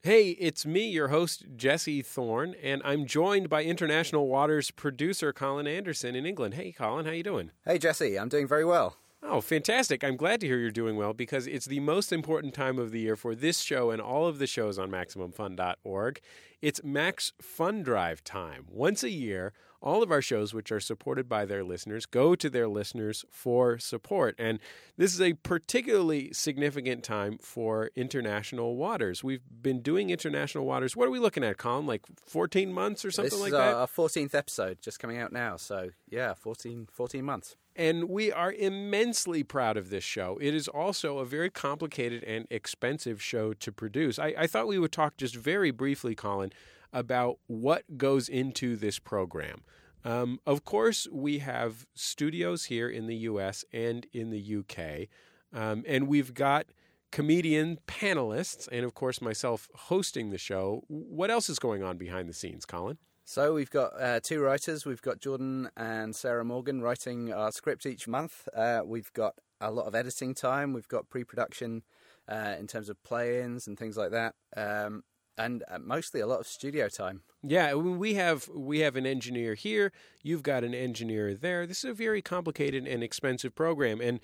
Hey, it's me, your host, Jesse Thorne, and I'm joined by International Waters producer Colin Anderson in England. Hey, Colin, how you doing? Hey, Jesse, I'm doing very well. Oh, fantastic. I'm glad to hear you're doing well because it's the most important time of the year for this show and all of the shows on MaximumFun.org. It's Max Fun Drive time. Once a year, all of our shows, which are supported by their listeners, go to their listeners for support. And this is a particularly significant time for International Waters. We've been doing International Waters. What are we looking at, Colin? Like 14 months or something this like is uh, that? our, our 14th episode just coming out now. So, yeah, 14, 14 months. And we are immensely proud of this show. It is also a very complicated and expensive show to produce. I, I thought we would talk just very briefly, Colin, about what goes into this program. Um, of course, we have studios here in the US and in the UK, um, and we've got comedian panelists, and of course, myself hosting the show. What else is going on behind the scenes, Colin? So, we've got uh, two writers. We've got Jordan and Sarah Morgan writing our script each month. Uh, we've got a lot of editing time. We've got pre production uh, in terms of play ins and things like that. Um, and uh, mostly a lot of studio time. Yeah, I mean, we have we have an engineer here. You've got an engineer there. This is a very complicated and expensive program, and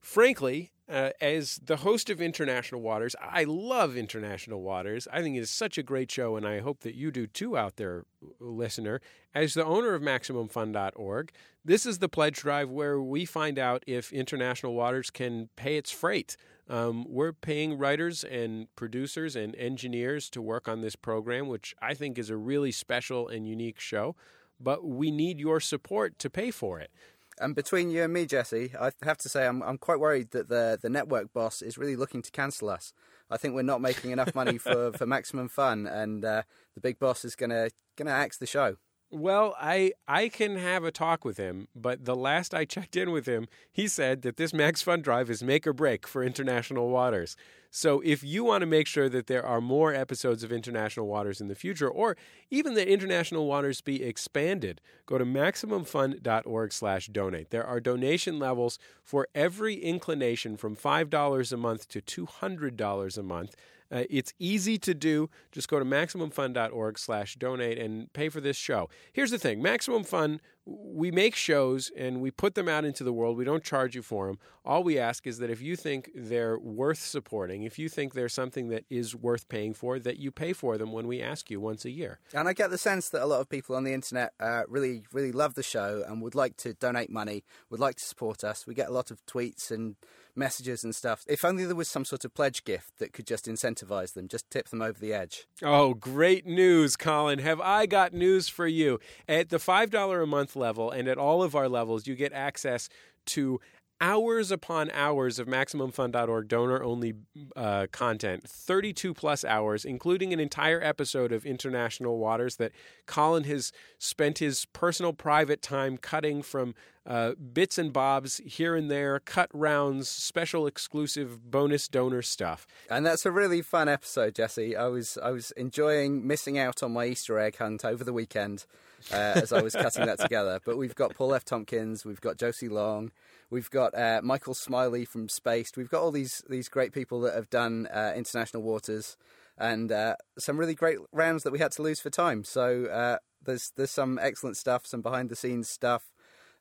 frankly, uh, as the host of International Waters, I love International Waters. I think it is such a great show, and I hope that you do too out there, listener. As the owner of MaximumFun.org, this is the pledge drive where we find out if International Waters can pay its freight. Um, we're paying writers and producers and engineers to work on this program, which I think is a really special and unique show, but we need your support to pay for it. And between you and me, Jesse, I have to say I'm, I'm quite worried that the, the network boss is really looking to cancel us. I think we're not making enough money for, for maximum fun, and uh, the big boss is gonna gonna axe the show. Well, I I can have a talk with him, but the last I checked in with him, he said that this Max Fund Drive is make or break for International Waters. So if you want to make sure that there are more episodes of International Waters in the future, or even that International Waters be expanded, go to MaximumFund.org slash donate. There are donation levels for every inclination from $5 a month to $200 a month. Uh, it's easy to do. Just go to MaximumFun.org slash donate and pay for this show. Here's the thing. Maximum Fun, we make shows and we put them out into the world. We don't charge you for them. All we ask is that if you think they're worth supporting, if you think they're something that is worth paying for, that you pay for them when we ask you once a year. And I get the sense that a lot of people on the internet uh, really really love the show and would like to donate money, would like to support us. We get a lot of tweets and messages and stuff. If only there was some sort of pledge gift that could just incentivize them, just tip them over the edge. Oh, great news, Colin. Have I got news for you? At the $5 a month level and at all of our levels, you get access to hours upon hours of MaximumFun.org donor only uh, content, 32 plus hours, including an entire episode of International Waters that Colin has spent his personal private time cutting from uh, bits and bobs here and there, cut rounds, special exclusive bonus donor stuff. And that's a really fun episode, Jesse. I was I was enjoying missing out on my Easter egg hunt over the weekend uh, as I was cutting that together. But we've got Paul F. Tompkins, we've got Josie Long, we've got uh, Michael Smiley from Spaced. We've got all these these great people that have done uh, International Waters, and uh, some really great rounds that we had to lose for time. So uh, there's there's some excellent stuff, some behind the scenes stuff,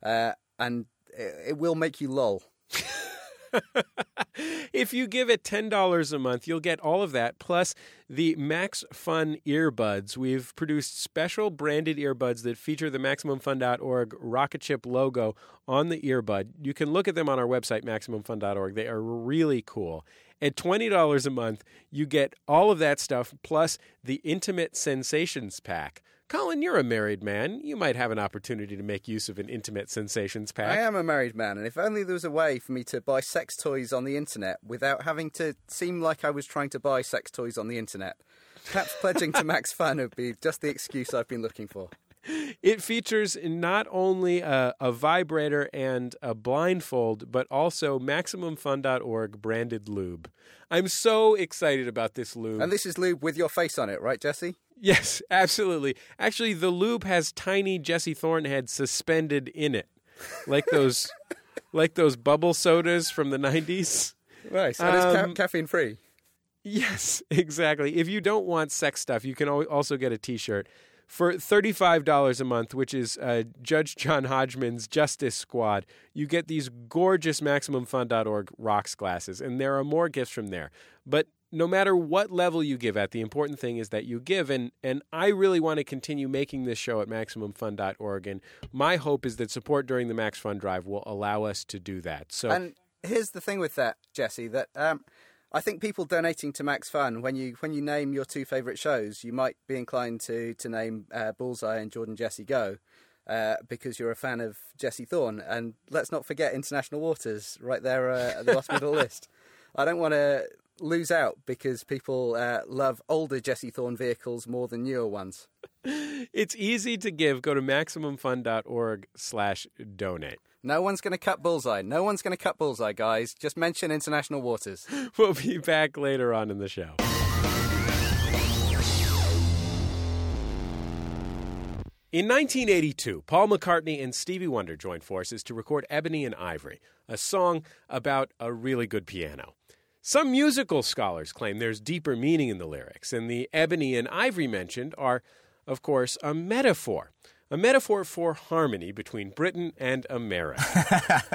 uh, and it, it will make you lol. if you give it $10 a month, you'll get all of that, plus the Max Fun earbuds. We've produced special branded earbuds that feature the MaximumFun.org rocket ship logo on the earbud. You can look at them on our website, MaximumFun.org. They are really cool. At $20 a month, you get all of that stuff, plus the Intimate Sensations Pack. Colin, you're a married man. You might have an opportunity to make use of an Intimate Sensations Pack. I am a married man, and if only there was a way for me to buy sex toys on the internet without having to seem like I was trying to buy sex toys on the internet. Perhaps pledging to Max Fun would be just the excuse I've been looking for. It features not only a, a vibrator and a blindfold, but also MaximumFun.org branded lube. I'm so excited about this lube. And this is lube with your face on it, right, Jesse? yes, absolutely. Actually, the lube has tiny Jesse Thornhead suspended in it, like those, like those bubble sodas from the '90s. Nice. And it's ca- caffeine free. Yes, exactly. If you don't want sex stuff, you can al- also get a T-shirt for thirty-five dollars a month, which is uh, Judge John Hodgman's Justice Squad. You get these gorgeous MaximumFun.org rocks glasses, and there are more gifts from there. But no matter what level you give at, the important thing is that you give. And, and I really want to continue making this show at MaximumFun.org. And my hope is that support during the Max Fund Drive will allow us to do that. So And here's the thing with that, Jesse, that um, I think people donating to Max Fun, when you when you name your two favourite shows, you might be inclined to to name uh, Bullseye and Jordan Jesse Go. Uh, because you're a fan of Jesse Thorne, and let's not forget International Waters right there uh, at the bottom of the list. I don't want to lose out because people uh, love older Jesse Thorne vehicles more than newer ones. it's easy to give. Go to MaximumFun.org slash donate. No one's going to cut Bullseye. No one's going to cut Bullseye, guys. Just mention International Waters. We'll be back later on in the show. In 1982, Paul McCartney and Stevie Wonder joined forces to record Ebony and Ivory, a song about a really good piano. Some musical scholars claim there's deeper meaning in the lyrics, and the ebony and ivory mentioned are, of course, a metaphor. A metaphor for harmony between Britain and America.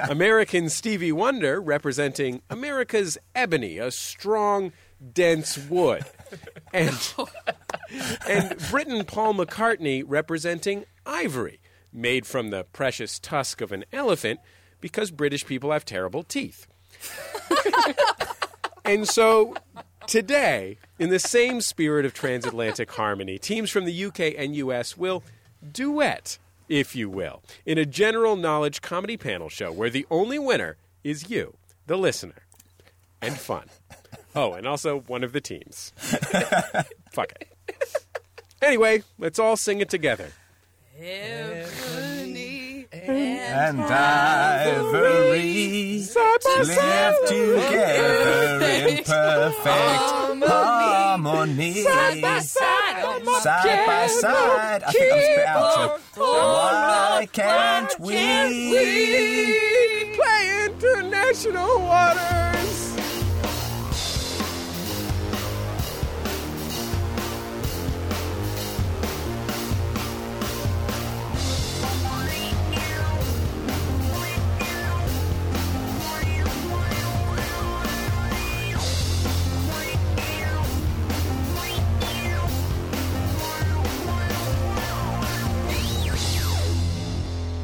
American Stevie Wonder representing America's ebony, a strong, dense wood. And and Britain Paul McCartney representing ivory, made from the precious tusk of an elephant because British people have terrible teeth. and so today, in the same spirit of transatlantic harmony, teams from the UK and US will duet, if you will, in a general knowledge comedy panel show where the only winner is you, the listener. And fun. Oh, and also one of the teams. Fuck it. Anyway, let's all sing it together. and ivory live together in perfect harmony. Side by side, I think I'm spouting. Why can't we? play international waters?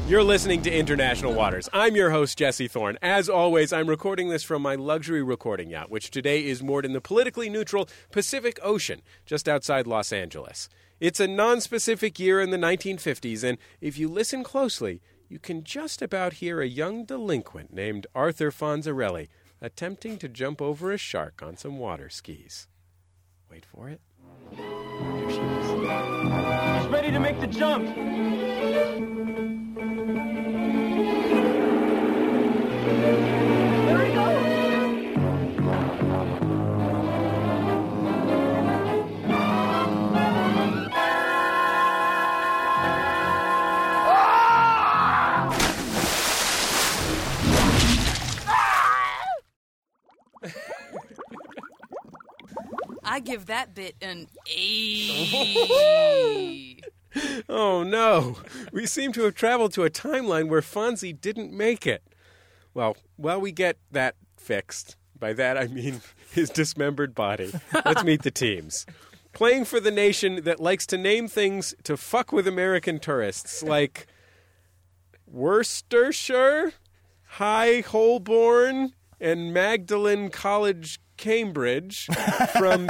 You're listening to International Waters. I'm your host, Jesse Thorne. As always, I'm recording this from my luxury recording yacht, which today is moored in the politically neutral Pacific Ocean, just outside Los Angeles. It's a non specific year in the 1950s, and if you listen closely, you can just about hear a young delinquent named Arthur Fonzarelli attempting to jump over a shark on some water skis. Wait for it. There she is. ready to make the jump. There he goes. I give that bit an A. Oh no! We seem to have traveled to a timeline where Fonzie didn't make it. Well, while we get that fixed, by that I mean his dismembered body, let's meet the teams. Playing for the nation that likes to name things to fuck with American tourists, like Worcestershire, High Holborn, and Magdalen College, Cambridge, from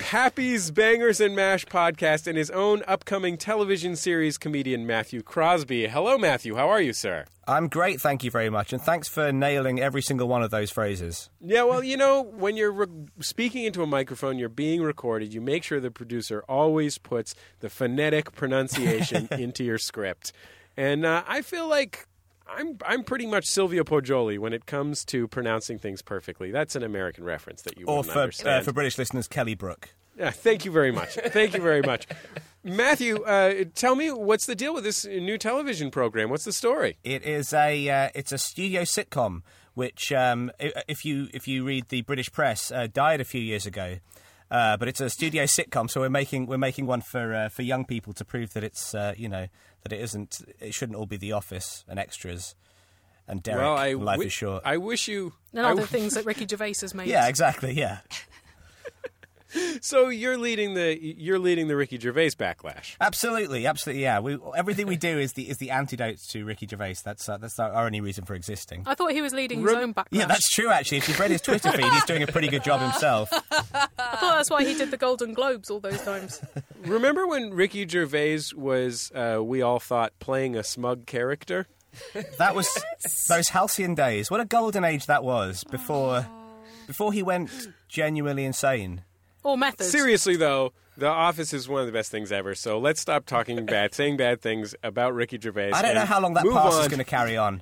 Happy's Bangers and Mash podcast and his own upcoming television series comedian Matthew Crosby. Hello, Matthew. How are you, sir? I'm great, thank you very much, and thanks for nailing every single one of those phrases. Yeah, well, you know, when you're re- speaking into a microphone, you're being recorded. You make sure the producer always puts the phonetic pronunciation into your script, and uh, I feel like I'm I'm pretty much Silvio Poggioli when it comes to pronouncing things perfectly. That's an American reference that you Or wouldn't for uh, understand. for British listeners, Kelly Brook. Yeah, Uh, thank you very much. Thank you very much. Matthew, uh, tell me what's the deal with this new television program? What's the story? It is a uh, it's a studio sitcom which, um, i- if you if you read the British press, uh, died a few years ago. Uh, but it's a studio sitcom, so we're making we're making one for uh, for young people to prove that it's uh, you know that it isn't it shouldn't all be The Office and extras and Derek. well, I and life wi- is short. I wish you. And I other w- things that Ricky Gervais has made. yeah, exactly. Yeah, So you're leading the you're leading the Ricky Gervais backlash. absolutely, absolutely. Yeah, we, everything we do is the is the antidote to Ricky Gervais. That's uh, that's our only reason for existing. I thought he was leading his own backlash. Yeah, that's true. Actually, if you've read his Twitter feed, he's doing a pretty good job himself. I thought that's why he did the Golden Globes all those times. Remember when Ricky Gervais was, uh, we all thought, playing a smug character? That was those halcyon days. What a golden age that was before Oh. before he went genuinely insane. Or methods. Seriously, though, The Office is one of the best things ever. So let's stop talking bad, saying bad things about Ricky Gervais. I don't know and how long that move pass is on. going to carry on.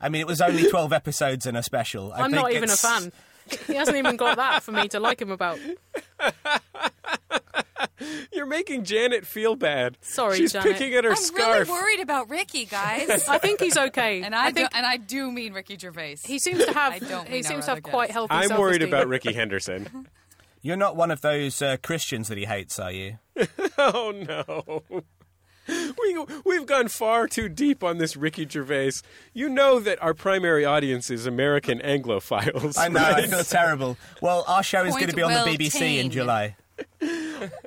I mean, it was only twelve episodes and a special. I I'm think not even a it's- fan. He hasn't even got that for me to like him about. You're making Janet feel bad. Sorry, she's Janet. picking at her I'm scarf. really worried about Ricky, guys. I think he's okay. and I, do, think and I do mean Ricky Gervais. he seems to have I don't he mean seems our to have other quite guys. healthy I'm worried self-esteem. about Ricky Henderson. You're not one of those uh, Christians that he hates, are you? oh no. We, we've gone far too deep on this Ricky Gervais. You know that our primary audience is American Anglophiles. I know. I feel terrible. Well, our show is Point going to be on well the BBC taken. in July.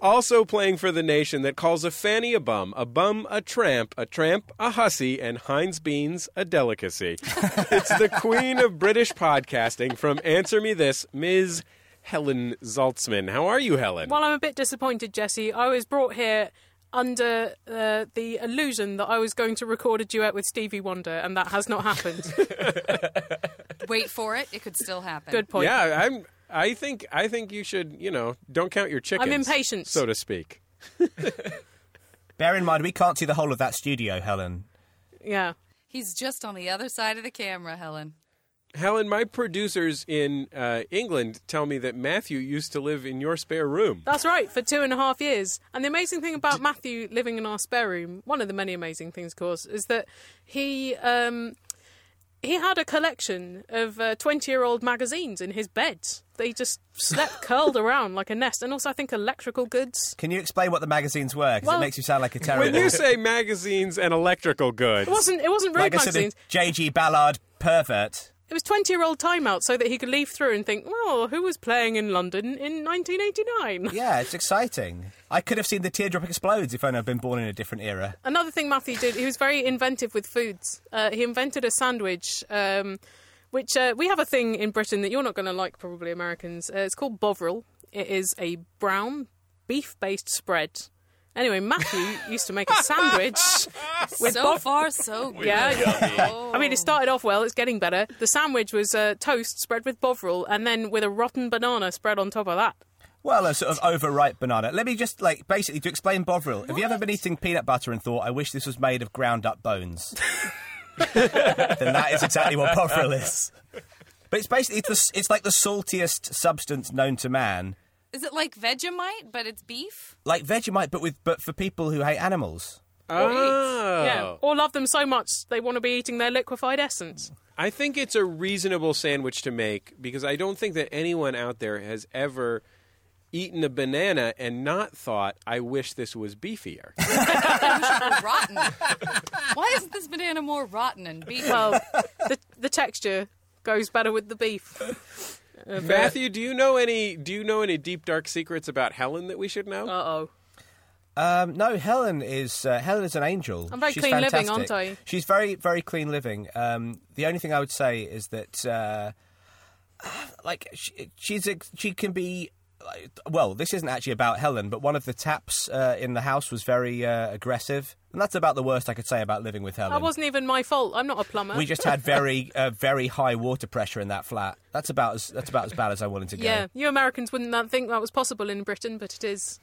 also playing for the nation that calls a fanny a bum, a bum a tramp, a tramp a hussy, and Heinz beans a delicacy. it's the queen of British podcasting from Answer Me This, Ms. Helen Zaltzman. How are you, Helen? Well, I'm a bit disappointed, Jesse. I was brought here under uh, the illusion that I was going to record a duet with Stevie Wonder, and that has not happened. Wait for it; it could still happen. Good point. yeah, I'm. I think I think you should. You know, don't count your chickens. impatient. so to speak. Bear in mind, we can't see the whole of that studio, Helen. Yeah. He's just on the other side of the camera, Helen. Helen, my producers in uh, England tell me that Matthew used to live in your spare room. That's right, for two and a half years. And the amazing thing about Matthew living in our spare room, one of the many amazing things, of course, is that he. Um, he had a collection of uh, twenty-year-old magazines in his bed. They just slept curled around like a nest, and also I think electrical goods. Can you explain what the magazines were? Because Well- it makes you sound like a When terrible. you say magazines and electrical goods, It wasn't. It wasn't rude like a sort magazines. of J.G. Ballard pervert. It was 20 year old timeout so that he could leaf through and think, well, who was playing in London in 1989? Yeah, it's exciting. I could have seen the teardrop explodes if I'd have been born in a different era. Another thing Matthew did, he was very inventive with foods. Uh, he invented a sandwich, um, which uh, we have a thing in Britain that you're not going to like, probably Americans. Uh, it's called Bovril. It is a brown beef based spread. Anyway, Matthew used to make a sandwich. With so both- far, so good. Yeah. Oh. I mean, it started off well. It's getting better. The sandwich was uh, toast spread with bovril, and then with a rotten banana spread on top of that. Well, a sort of overripe banana. Let me just, like, basically, to explain Bovril, have you ever been eating peanut butter and thought, I wish this was made of ground up bones? then that is exactly what Bovril is. But it's basically, it's, the, s- it's like the saltiest substance known to man. Is it like Vegemite, but it's beef? Like Vegemite, but, with, but for people who hate animals. Ah. oh, Yeah, or love them so much they want to be eating their liquefied essence. I think it's a reasonable sandwich to make because I don't think that anyone out there has ever eaten a banana and not thought, "I wish this was beefier." rotten. Why isn't this banana more rotten and beefy? Well, the the texture goes better with the beef. Matthew, do you know any? Do you know any deep dark secrets about Helen that we should know? Uh oh. Um, no, Helen is uh, Helen is an angel. I'm very She's clean living, fantastic. aren't I? She's very very clean living. Um, the only thing I would say is that uh, like she, she's a, she can be. like, Well, this isn't actually about Helen, but one of the taps uh, in the house was very uh, aggressive, and that's about the worst I could say about living with Helen. That wasn't even my fault. I'm not a plumber. We just had very uh, very high water pressure in that flat. That's about as that's about as bad as I wanted to go. yeah, you Americans wouldn't that think that was possible in Britain, but it is.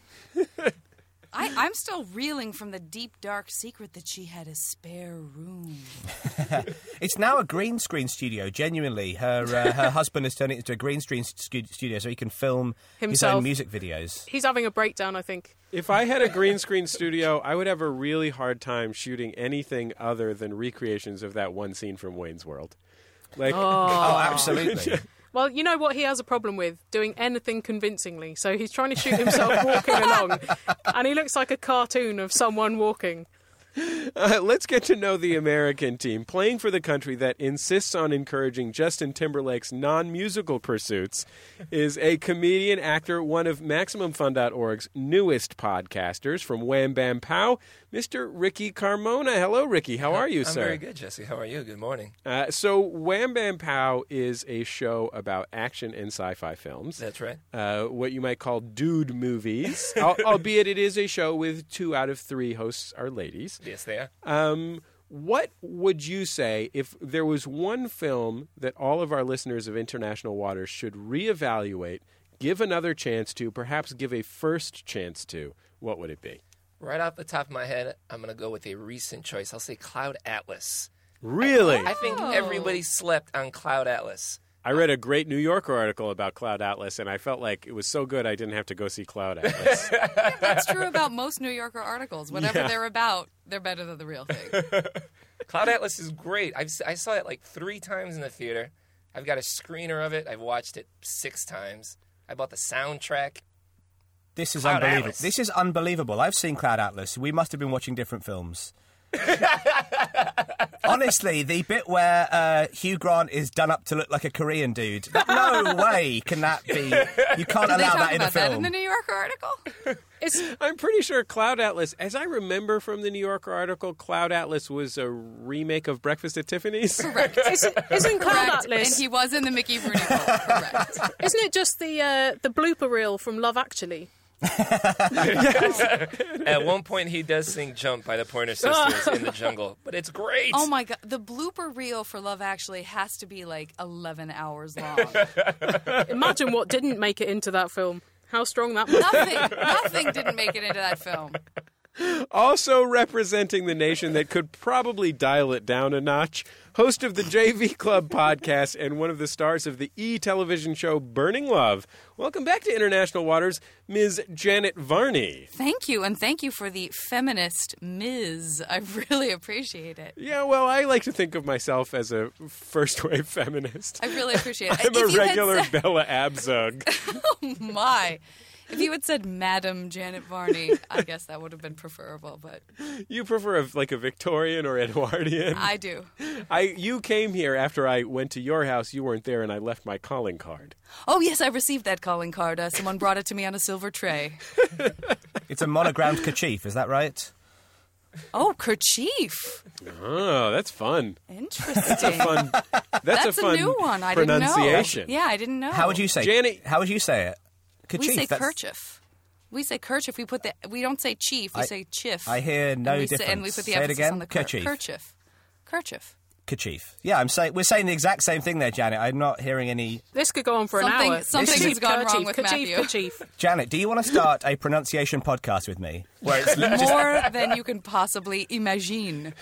I, I'm still reeling from the deep, dark secret that she had a spare room. It's now a green screen studio. Genuinely, her uh, her husband has turned it into a green screen stu- studio, so he can film his Himself. own music videos. He's having a breakdown, I think. If I had a green screen studio, I would have a really hard time shooting anything other than recreations of that one scene from Wayne's World. Like, Oh, absolutely. Well, you know what he has a problem with? Doing anything convincingly. So he's trying to shoot himself walking along, and he looks like a cartoon of someone walking. Uh, let's get to know the American team playing for the country that insists on encouraging Justin Timberlake's non musical pursuits. Is a comedian, actor, one of MaximumFun.org's newest podcasters from Wham Bam Pow, Mr. Ricky Carmona. Hello, Ricky. How are you, I'm sir? very good, Jesse. How are you? Good morning. Uh, so, Wham Bam Pow is a show about action and sci fi films. That's right. uh, what you might call dude movies, al- albeit it is a show with two out of three hosts are ladies. Yes, they are. Um, what would you say if there was one film that all of our listeners of International Waters should reevaluate, give another chance to, perhaps give a first chance to? What would it be? Right off the top of my head, I'm going to go with a recent choice. I'll say Cloud Atlas. Really? I think Oh. everybody slept on Cloud Atlas. I read a great New Yorker article about Cloud Atlas, and I felt like it was so good I didn't have to go see Cloud Atlas. That's true about most New Yorker articles. Whatever they're about, they're better than the real thing. Cloud Atlas is great. I've, s- I saw it like three times in the theater. I've got a screener of it. I've watched it six times. I bought the soundtrack. This is Cloud unbelievable. Atlas. This is unbelievable. I've seen Cloud Atlas. We must have been watching different films. Honestly, the bit where uh, Hugh Grant is done up to look like a Korean dude. No way can that be. You can't Did they allow talk that in a about that in film. the New Yorker article? It's I'm pretty sure Cloud Atlas, as I remember from the New Yorker article, Cloud Atlas was a remake of Breakfast at Tiffany's. isn't, isn't Cloud Correct. Atlas? And he was in the Mickey Rooney role. Correct. Isn't it just the uh, the blooper reel from Love Actually? At one point, he does sing Jump by the Pointer Sisters in the jungle, but it's great. Oh my god, the blooper reel for Love Actually has to be like 11 hours long. Imagine what didn't make it into that film. How strong that must nothing, nothing didn't make it into that film. also representing the nation that could probably dial it down a notch, host of the JV Club podcast and one of the stars of the E television show Burning Love. Welcome back to International Waters, Ms. Janet Varney. Thank you, and thank you for the feminist Ms. I really appreciate it. Yeah, well, I like to think of myself as a first wave feminist. I really appreciate it. I'm If a you had regular said- Bella Abzug. my. If you had said Madam Janet Varney, I guess that would have been preferable, but You prefer a, like a Victorian or Edwardian? I do. I you came here after I went to your house. You weren't there, and I left my calling card. Oh, yes, I received that calling card. Uh, someone brought it to me on a silver tray. It's a monogrammed kerchief, is that right? Oh, kerchief. Oh, that's fun. Interesting. Fun. That's, That's a fun new one. I didn't know. pronunciation. Yeah, I didn't know. How would you say Janet- How would you say it? Oh. We Kerchief. say that's- kerchief. We say kerchief. We put the. We don't say chief. We I- say chiff. I hear no and we Say, and difference. we put the Say it emphasis again. on the ker- Kerchief. Kerchief. Kerchief. Kerchief. Yeah, I'm saying we're saying the exact same thing there, Janet. I'm not hearing any. This could go on for Something- an hour. something Kerchief, has gone wrong kerchief, with kerchief, Matthew. kerchief. Janet, do you want to start a pronunciation podcast with me? Where it's li- More than you can possibly imagine.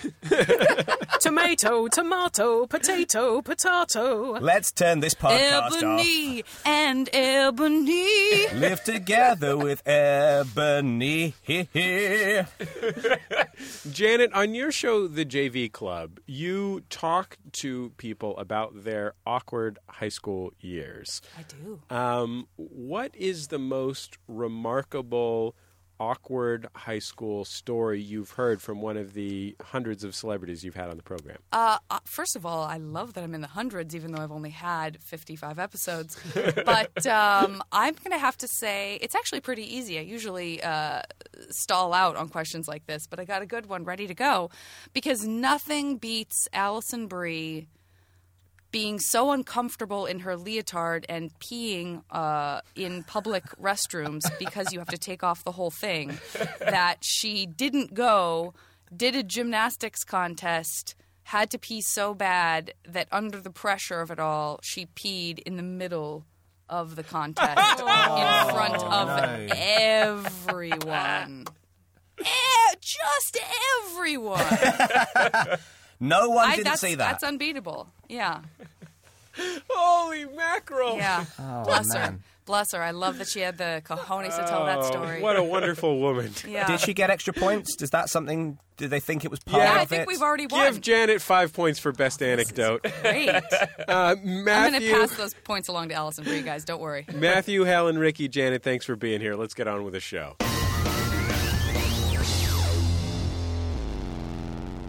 tomato, tomato, potato, potato. Let's turn this podcast off. Ebony and Ebony. Live together with Ebony. Janet, on your show, The JV Club, you talk to people about their awkward high school years. I do. Um, what is the most remarkable awkward high school story you've heard from one of the hundreds of celebrities you've had on the program? Uh, uh, first of all, I love that I'm in the hundreds, even though I've only had 55 episodes. but um, I'm going to have to say it's actually pretty easy. I usually uh, stall out on questions like this, but I got a good one ready to go because nothing beats Allison Brie being so uncomfortable in her leotard and peeing uh, in public restrooms because you have to take off the whole thing that she didn't go, did a gymnastics contest, had to pee so bad that under the pressure of it all, she peed in the middle of the contest in front of Oh, everyone. Eh, just everyone. No one I- didn't that's, see that. That's unbeatable. Yeah. Holy mackerel! Oh, Yeah. Bless her. Bless her. I love that she had the cojones to tell that story. Oh, What a wonderful woman. yeah. Did she get extra points? Is that something? Do they think it was part Yeah, yeah, of I think it? we've already won. Give Janet five points for best anecdote. Great. Uh, Oh, I'm going to Matthew, pass those points along to Allison for you guys. Don't worry. Matthew, Helen, Ricky, Janet, thanks for being here. Let's get on with the show.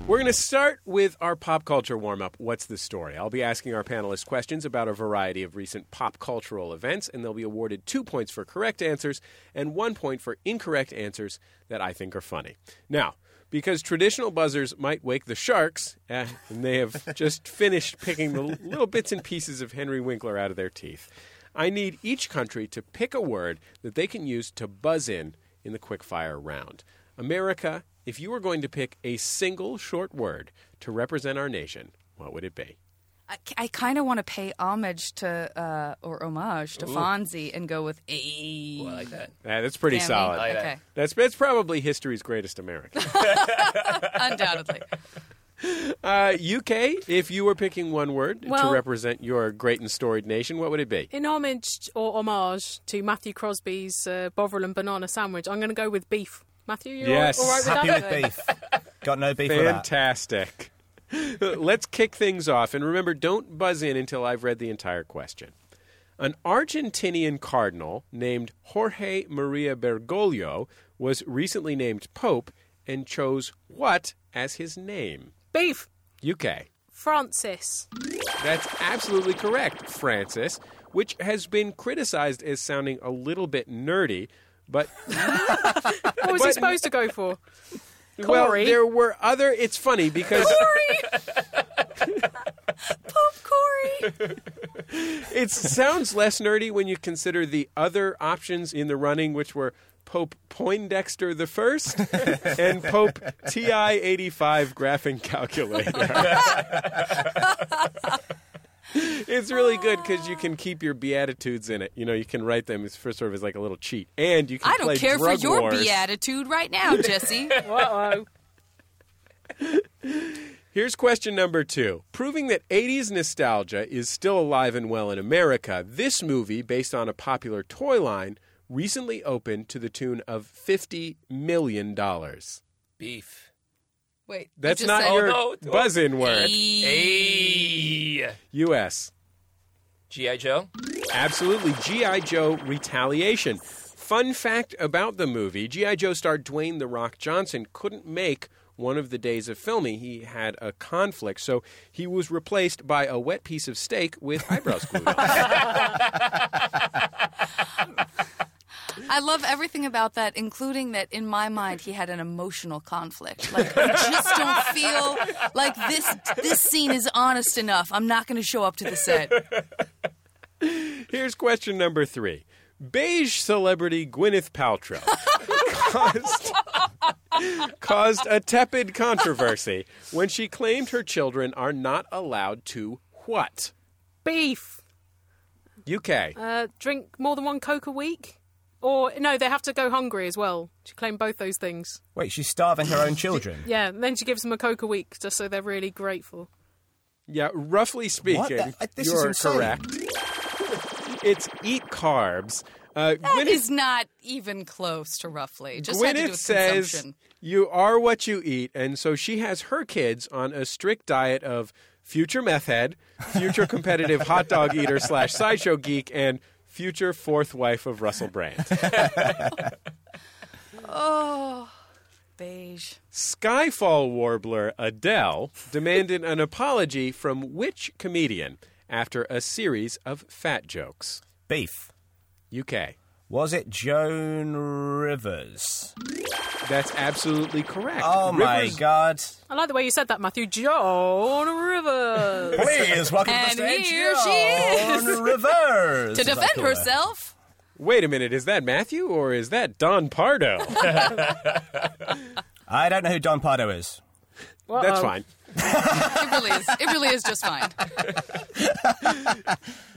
We're going to start with our pop culture warm up. What's the story? I'll be asking our panelists questions about a variety of recent pop cultural events, and they'll be awarded two points for correct answers and one point for incorrect answers that I think are funny. Now, because traditional buzzers might wake the sharks, eh, and they have just finished picking the little bits and pieces of Henry Winkler out of their teeth, I need each country to pick a word that they can use to buzz in in the quickfire round. America, if you were going to pick a single short word to represent our nation, what would it be? I, I kind of want to pay homage to uh, or homage to Fonzie and go with a. I like that. Ah, that's pretty Family. solid. like that. Okay, That's, that's probably history's greatest American. undoubtedly. uh, UK, if you were picking one word to Well- represent your great and storied nation, what would it be? In homage or homage to Matthew Crosby's uh, Bovril and banana sandwich, I'm going to go with beef. Matthew, you Yes. all all right with Happy that? with beef. Got no beef with that. Fantastic. Let's kick things off. And remember, don't buzz in until I've read the entire question. An Argentinian cardinal named Jorge Maria Bergoglio was recently named Pope and chose what as his name? Beef. UK. Francis. That's absolutely correct, Francis, which has been criticized as sounding a little bit nerdy, but What was he supposed to go for? Corey. well, there were other. It's funny because Pope Corey. it sounds less nerdy when you consider the other options in the running, which were Pope Poindexter the First and Pope TI eighty five graphing calculator. it's really good because you can keep your beatitudes in it. You know, you can write them as for sort of as like a little cheat, and you can. I don't play care for drug your wars. beatitude right now, Jesse. Uh-oh. Here's question number two. Proving that 80s nostalgia is still alive and well in America, this movie, based on a popular toy line, recently opened to the tune of $50 million. That's Beef. Wait, you just not said, your no. buzz in word. Hey. U.S. G.I. Joe? Absolutely. G.I. Joe Retaliation. Fun fact about the movie G.I. Joe star Dwayne The Rock Johnson couldn't make one of the days of filming. He had a conflict, so he was replaced by a wet piece of steak with eyebrows glued on. I love everything about that, including that in my mind he had an emotional conflict. Like I just don't feel like this this scene is honest enough. I'm not going to show up to the set. Here's question number three Beige celebrity Gwyneth Paltrow caused, caused a tepid controversy when she claimed her children are not allowed to what? Beef. UK. Uh, drink more than one Coke a week? Or, no, they have to go hungry as well. She claimed both those things. Wait, she's starving her own children. Yeah, and then she gives them a Coke a week just so they're really grateful. Yeah, roughly speaking, That- uh, this is you're insane. correct. It's eat carbs. Uh, That Gwyneth, is not even close to roughly. Just had to do Gwyneth with says consumption. you are what you eat, and so she has her kids on a strict diet of future meth head, future competitive hot dog eater slash sideshow geek, and future fourth wife of Russell Brand. Oh, beige. Skyfall warbler Adele demanded an apology from which comedian after a series of fat jokes? Beef. UK. Was it Joan Rivers? That's absolutely correct. Oh my Rivers- God! I like the way you said that, Matthew. Joan Rivers. Please welcome And to the stage here she is. Joan Rivers to as I defend call her. herself. Wait a minute, is that Matthew or is that Don Pardo? I don't know who Don Pardo is. um, That's fine. It really is. It really is just fine.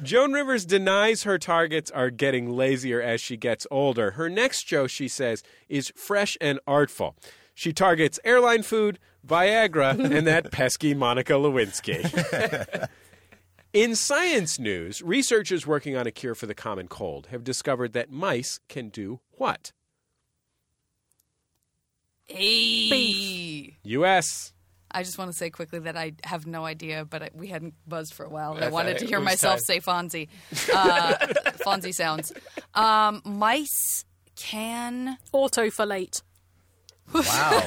Joan Rivers denies her targets are getting lazier as she gets older. Her next show, she says, is fresh and artful. She targets airline food, Viagra, and that pesky Monica Lewinsky. In science news, researchers working on a cure for the common cold have discovered that mice can do what? Beef. U.S. I just want to say quickly that I have no idea, but I, we hadn't buzzed for a while. and I I wanted thought to it hear was myself time. say Fonzie. Uh, Fonzie sounds. Um, mice can, Autofillate. Wow.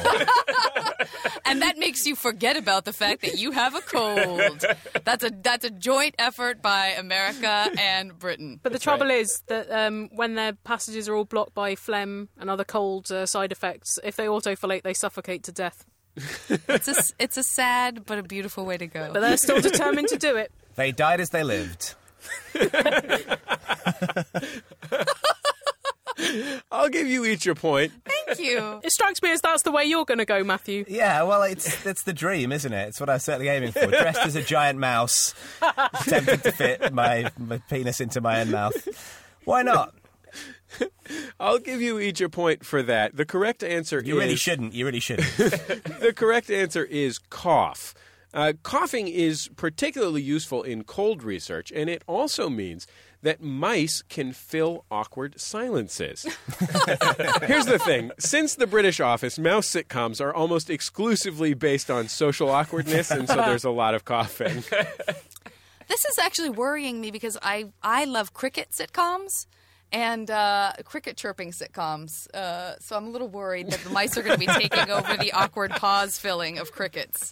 and that makes you forget about the fact that you have a cold. That's a that's a joint effort by America and Britain. But the trouble is that um, when their passages are all blocked by phlegm and other cold uh, side effects, if they autofillate, they suffocate to death. It's a s- it's a sad but a beautiful way to go. But they're still determined to do it. they died as they lived. I'll give you each a point. Thank you. It strikes me as that's the way you're going to go, Matthew. Yeah, well, it's it's the dream, isn't it? It's what I was certainly aiming for. Dressed as a giant mouse, attempting to fit my, my penis into my own mouth. Why not? I'll give you each a point for that. The correct answer You really is shouldn't. You really shouldn't. the correct answer is cough. Uh, coughing is particularly useful in cold research, and it also means that mice can fill awkward silences. Here's the thing since the British office, mouse sitcoms are almost exclusively based on social awkwardness, and so there's a lot of coughing. This is actually worrying me because I I love cricket sitcoms and uh, cricket chirping sitcoms. Uh, so I'm a little worried that the mice are going to be taking over the awkward pause filling of crickets.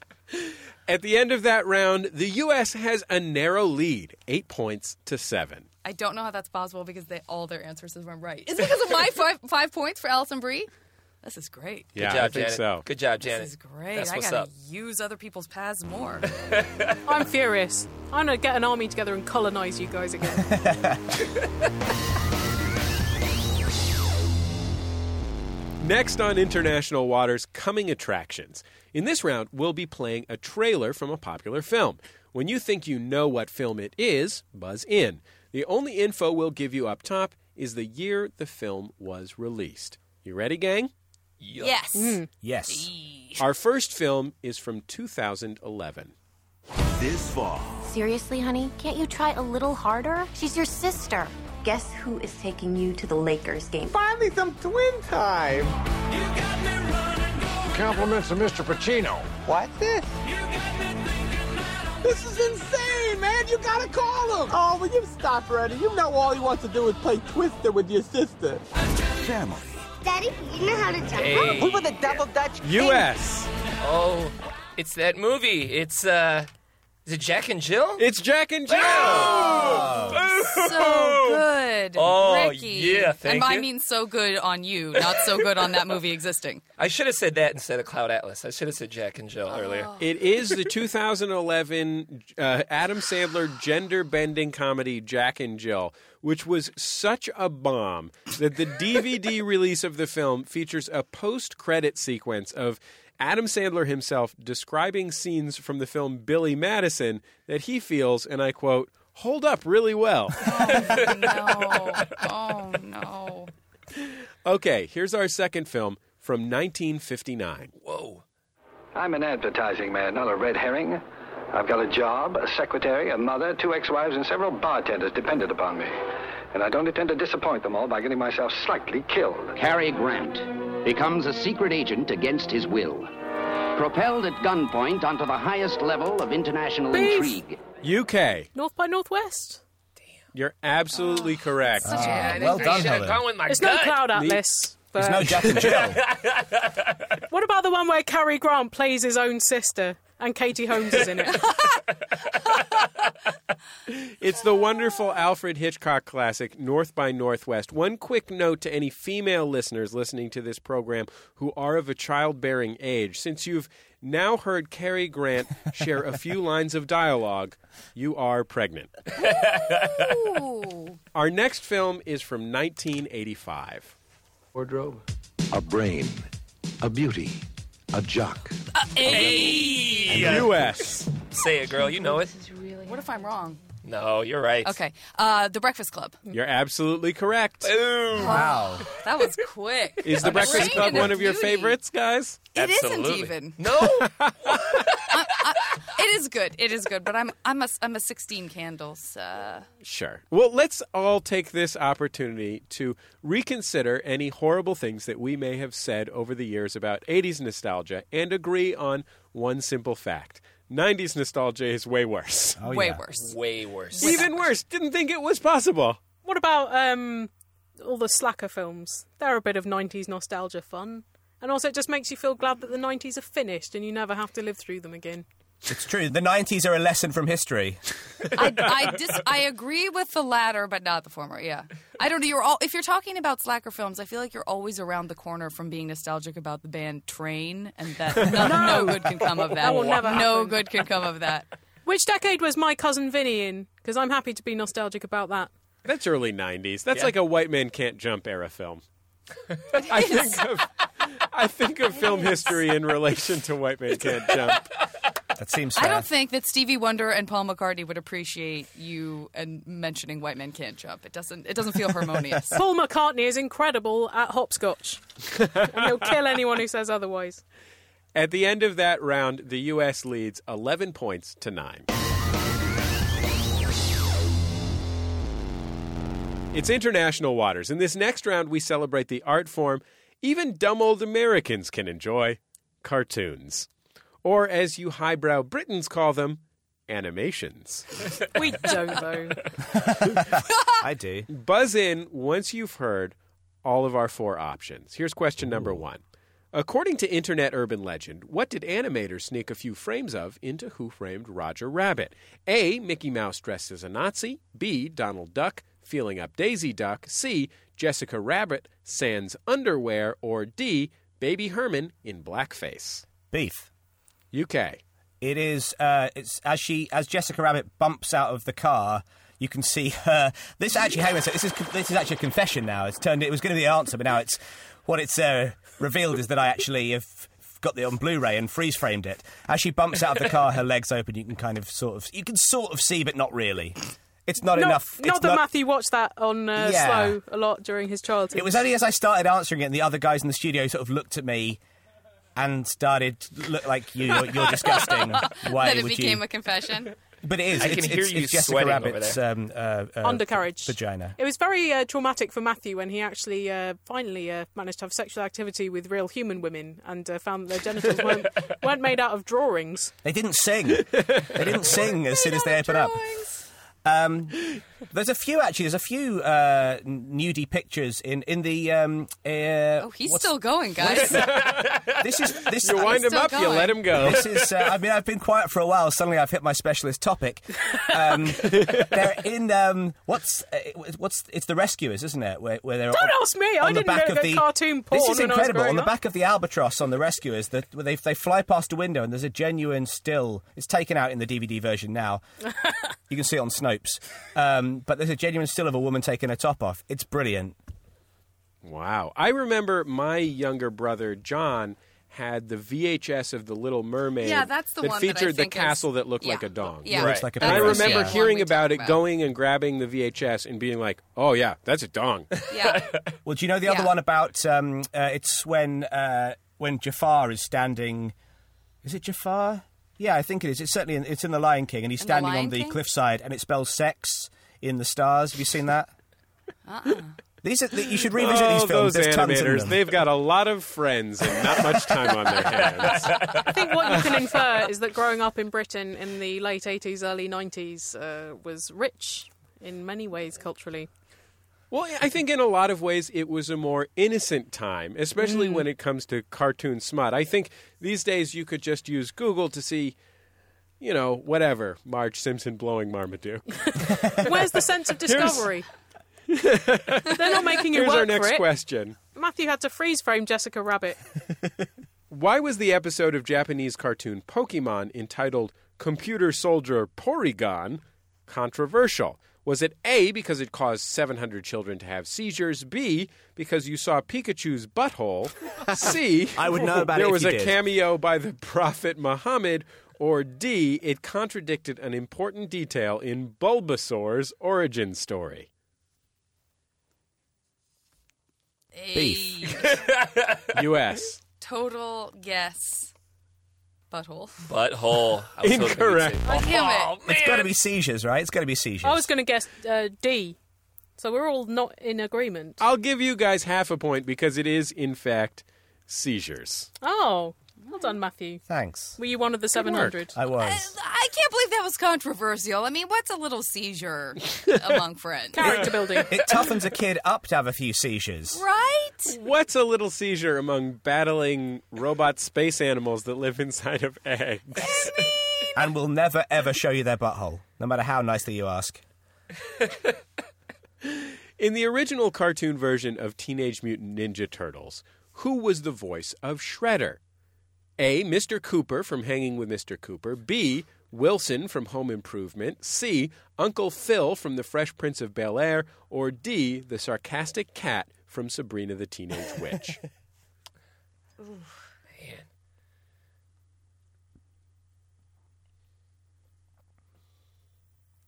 At the end of that round, the U.S. has a narrow lead, eight points to seven. I don't know how that's possible because they all their answers were right. Is it because of my five, five points for Alison Brie? This is great. Good Yeah, job, I think Janet. so. Good job, This Janet. is great. That's I what's gotta up. use other people's paths more. I'm furious. I'm going to get an army together and colonise you guys again. Next on International Waters, coming attractions. In this round, we'll be playing a trailer from a popular film. When you think you know what film it is, buzz in. The only info we'll give you up top is the year the film was released. You ready, gang? yes. Yes. Our first film is from 2011. This fall, Seriously, honey, can't you try a little harder? She's your sister. Guess who is taking you to the Lakers game? finally some twin time. Compliments of Mr. Pacino. What's this? This is insane, man! You gotta call him! Oh, will you stop already? You know all he wants to do is play Twister with your sister. family, Daddy, you know how to jump. Hey. were the double Dutch U.S. Oh, it's that movie. It's uh, is it Jack and Jill? It's Jack and Jill. Mm. So good. Oh, Ricky. yeah, thank And I you. mean so good on you, not so good on that movie existing. I should have said that instead of Cloud Atlas. I should have said Jack and Jill earlier. Oh. It is the 2011 uh, Adam Sandler gender bending comedy Jack and Jill, which was such a bomb that the DVD release of the film features a post credit sequence of Adam Sandler himself describing scenes from the film Billy Madison that he feels, and I quote, hold up really well. no. Oh no. okay, here's our second film from 1959. Whoa. I'm an advertising man, not a red herring. I've got a job, a secretary, a mother, two ex-wives, and several bartenders dependent upon me. And I don't intend to disappoint them all by getting myself slightly killed. Harry Grant becomes a secret agent against his will, propelled at gunpoint onto the highest level of international Beef. intrigue. UK, North by Northwest. you're absolutely correct. Uh, well done, Should have gone Helen. with my It's no gut. Cloud Atlas. There's But no Jack and Jill. what about the one where Cary Grant plays his own sister and Katie Holmes is in it? It's the wonderful Alfred Hitchcock classic, North by Northwest. One quick note to any female listeners listening to this program who are of a childbearing age. Since you've now heard Cary Grant share a few lines of dialogue, you are pregnant. Ooh. Our next film is from 1985. Wardrobe. a brain, a beauty, a jock. Uh, U.S. Say it, girl. You know it. What if I'm wrong? No, you're right. Okay. Uh, the Breakfast Club. You're absolutely correct. Boom. Wow. That was quick. Is The Breakfast Brain Club and a one of your beauty. favorites, guys? It isn't Absolutely. even. No. it is good. It is good. But I'm I'm a I'm a 16 candles. Uh, Sure. Well, let's all take this opportunity to reconsider any horrible things that we may have said over the years about 80s nostalgia and agree on one simple fact 90s nostalgia is way worse. Oh, Way yeah. worse. Way worse. Even worse. Didn't think it was possible. What about um, all the slacker films? They're a bit of 90s nostalgia fun. And also, it just makes you feel glad that the 90s are finished and you never have to live through them again. It's true. The 90s are a lesson from history. I I, dis- I agree with the latter, but not the former. Yeah, I don't know. You're all if you're talking about slacker films, I feel like you're always around the corner from being nostalgic about the band Train, and that no, no good can come of that. That will never no happen. good can come of that. Which decade was my cousin Vinny in? Because I'm happy to be nostalgic about that. That's early 90s. That's like a white man can't jump era film. I think of I think of film history in relation to white man can't jump. That seems I don't think that Stevie Wonder and Paul McCartney would appreciate you and mentioning white men can't jump. It doesn't. It doesn't feel harmonious. Paul McCartney is incredible at hopscotch. and he'll kill anyone who says otherwise. At the end of that round, the US leads 11 points to 9. It's international waters. In this next round, we celebrate the art form even dumb old Americans can enjoy cartoons. Or, as you highbrow Britons call them, animations. We don't though. I do. Buzz in once you've heard all of our four options. Here's question number one. According to internet urban legend, what did animators sneak a few frames of into Who Framed Roger Rabbit? A. Mickey Mouse dressed as a Nazi. B. Donald Duck feeling up Daisy Duck. C. Jessica Rabbit sans underwear. Or D. Baby Herman in blackface. Beef. UK. It is. Uh, it's as she as Jessica Rabbit bumps out of the car. You can see her. This actually, hang on a second. This is this is actually a confession now. It's turned. It was going to be the answer, but now it's what it's uh, revealed is that I actually have got it on Blu-ray and freeze framed it. As she bumps out of the car, her legs open. You can kind of sort of you can sort of see, but not really. It's not, not enough. Not it's that Matthew watched that on uh, Yeah. slow a lot during his childhood. It was only as I started answering it, and the other guys in the studio sort of looked at me and started to look like you. You're, you're disgusting. Why that it would became you? a confession. But it is. I can it's, hear it's, you it's Jessica sweating over Rabbit's there. um, uh, uh, Undercarriage. vagina. It was very uh, traumatic for Matthew when he actually uh, finally uh, managed to have sexual activity with real human women and uh, found that their genitals weren't, weren't made out of drawings. They didn't sing. they didn't sing as soon as they open up. Um, there's a few actually. There's a few uh, nudie pictures in in the. Um, uh, Oh, he's still going, guys. This is this. You wind him still up, you going. let him go. This is. Uh, I mean, I've been quiet for a while. Suddenly, I've hit my specialist topic. Um, they're in um, what's uh, what's it's the rescuers, isn't it? Where, where they're Don't ask me. I on the didn't back know of that the cartoon porn This is when I was incredible. growing On the up. back of the albatross on the rescuers, the, where they they fly past a window and there's a genuine still. It's taken out in the DVD version now. you can see it on Snopes, um, but there's a genuine still of a woman taking her top off. It's brilliant. Wow. I remember my younger brother, John, had the VHS of The Little Mermaid. Yeah, that's the one that I featured the think is- castle that looked like yeah. a dong. Yeah. Looks like a And I Right. remember Yeah. hearing One we about talked it, about. going and grabbing the VHS and being like, "Oh yeah, that's a dong." Yeah. Well, do you know the other Yeah. one about? Um, uh, it's when uh, when Jafar is standing. Is it Jafar? Yeah, I think it is. It's certainly in, it's in the Lion King, and he's In The standing Lion on the King? cliffside, and it spells sex in the stars. Have you seen that? Uh-uh. These are the, you should revisit oh, these those films. There's tons of animators, them. they've got a lot of friends and not much time on their hands. I think what you can infer is that growing up in Britain in the late 80s, early 90s uh, was rich in many ways culturally. Well, I think in a lot of ways it was a more innocent time, especially when it comes to cartoon smut. I think these days you could just use Google to see, you know, whatever, Marge Simpson blowing Marmaduke. Where's the sense of discovery? They're not making you Here's work our next for it. question. Matthew had to freeze frame Jessica Rabbit. Why was the episode of Japanese cartoon Pokemon entitled Computer Soldier Porygon controversial? Was it A, because it caused 700 children to have seizures? B, because you saw Pikachu's butthole? C, I would know about it there if was you a did. cameo by the Prophet Muhammad? Or D, it contradicted an important detail in Bulbasaur's origin story? Beef. U.S. Total guess. Butthole. Butthole. I was hoping you'd say Incorrect. Oh, butthole. damn it. It's got to be seizures, right? It's got to be seizures. Oh, I was going to guess uh, D. So we're all not in agreement. I'll give you guys half a point because it is, in fact, seizures. Oh, well done, Matthew. Thanks. Were you one of the 700? I was. I can't believe that was controversial. I mean, what's a little seizure among friends? Character building. It toughens a kid up to have a few seizures. Right? What's a little seizure among battling robot space animals that live inside of eggs? and will never ever show you their butthole, no matter how nicely you ask. In the original cartoon version of Teenage Mutant Ninja Turtles, who was the voice of Shredder? A. Mr. Cooper from Hanging with Mr. Cooper. B. Wilson from Home Improvement. C. Uncle Phil from The Fresh Prince of Bel Air. Or D. The sarcastic cat from Sabrina the Teenage Witch.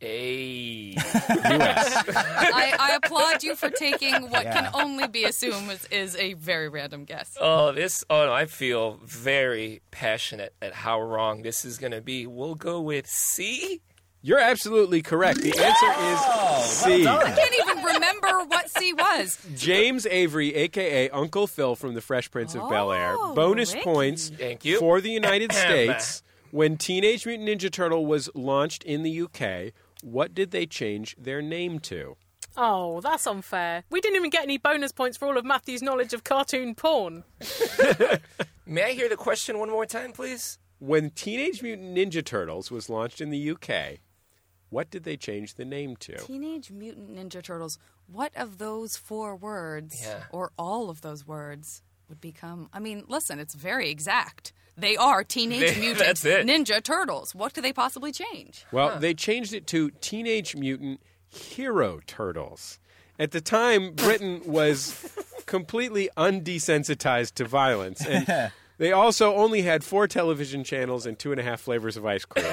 A. I, I applaud you for taking what Yeah. can only be assumed is, is a very random guess. Oh, this. Oh, no, I feel very passionate at how wrong this is going to be. We'll go with C. You're absolutely correct. The answer is C. I can't even remember what C was. James Avery, aka Uncle Phil from The Fresh Prince of Bel Air. Bonus Ricky. points you. for the United States. When Teenage Mutant Ninja Turtle was launched in the UK, what did they change their name to? Oh, that's unfair. We didn't even get any bonus points for all of Matthew's knowledge of cartoon porn. May I hear the question one more time, please? When Teenage Mutant Ninja Turtles was launched in the UK, what did they change the name to? Teenage Mutant Ninja Turtles. What of those four words, Yeah. or all of those words, would become? I mean, listen, it's very exact. They are Teenage They- Mutant that's it. Ninja Turtles. What could they possibly change? Well, they changed it to Teenage Mutant Hero Turtles. At the time, Britain was completely undesensitized to violence. And they also only had four television channels and two and a half flavors of ice cream.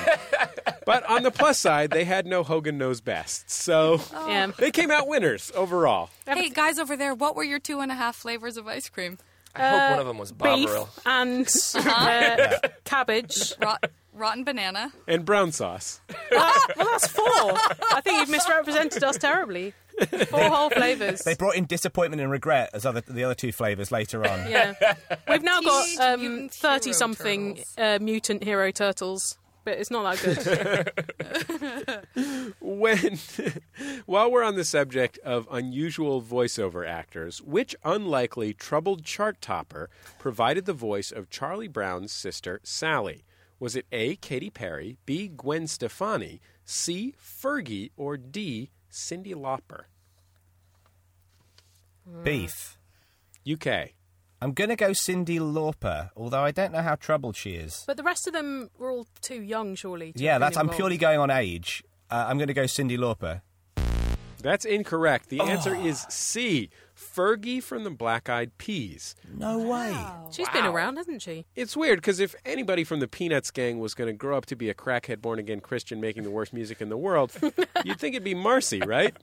but on the plus side, they had no Hogan Knows Best. So Oh. Yeah. they came out winners overall. Hey, guys over there, what were your two and a half flavors of ice cream? I hope one of 'em was Bovril. Uh, Beef and Uh-huh. uh, cabbage. Rot- rotten banana. And brown sauce. Ah, well, that's four. I think you've misrepresented us terribly. Four whole flavours. They brought in disappointment and regret as other the other two flavors later on. Yeah. We've now got um, 30 something uh, mutant hero turtles, but it's not that good. when while we're on the subject of unusual voiceover actors, which unlikely troubled chart topper provided the voice of Charlie Brown's sister Sally? Was it A. Katy Perry, B. Gwen Stefani, C. Fergie, or D. Cindy Lauper? Beef. UK. I'm going to go Cindy Lauper, although I don't know how troubled she is. but the rest of them were all too young, surely. to Yeah, have that's. been I'm involved. purely going on age. Uh, I'm going to go Cindy Lauper. That's incorrect. The answer is C. Fergie from the Black Eyed Peas. No way. She's been around, hasn't she? It's weird because if anybody from the Peanuts gang was going to grow up to be a crackhead born again Christian making the worst music in the world, you'd think it'd be Marcy, right?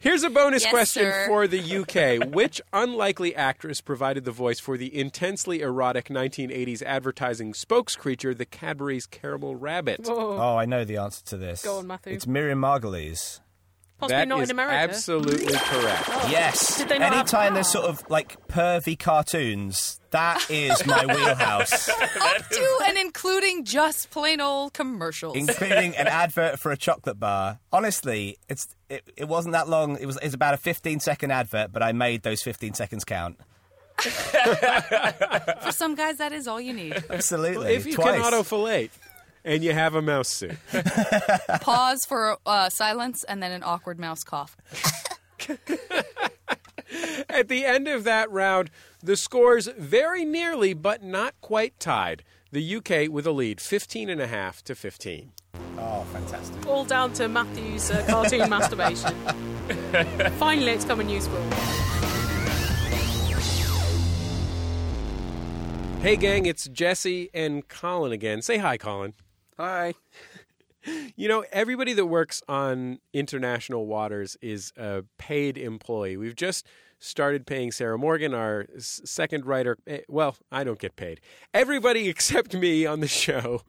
Here's a bonus Yes, question sir. for the UK. Which unlikely actress provided the voice for the intensely erotic 1980s advertising spokes creature, the Cadbury's Caramel Rabbit? Oh, I know the answer to this. Go on, Matthew. It's Miriam Margolyes. Possibly That not in is America. absolutely correct. Oh. Yes. Did they not have- Anytime there's sort of like pervy cartoons, that is my wheelhouse. Up to and including just plain old commercials. including an advert for a chocolate bar. Honestly, it's it, it wasn't that long. It was it's about a 15 second advert, but I made those 15 seconds count. For some guys, that is all you need. Oh. Absolutely. if you Twice. can autofillate and you have a mouse suit. Pause for uh, silence and then an awkward mouse cough. At the end of that round, the scores very nearly but not quite tied. The UK with a lead 15 and a half to 15. Oh, fantastic. All down to Matthew's uh, cartoon masturbation. Finally, it's coming useful. Hey gang, it's Jesse and Colin again. Say hi, Colin. Hi. You know, everybody that works on international waters is a paid employee. We've just started paying Sarah Morgan, our s- second writer. eh, Well, I don't get paid. Everybody except me on the show.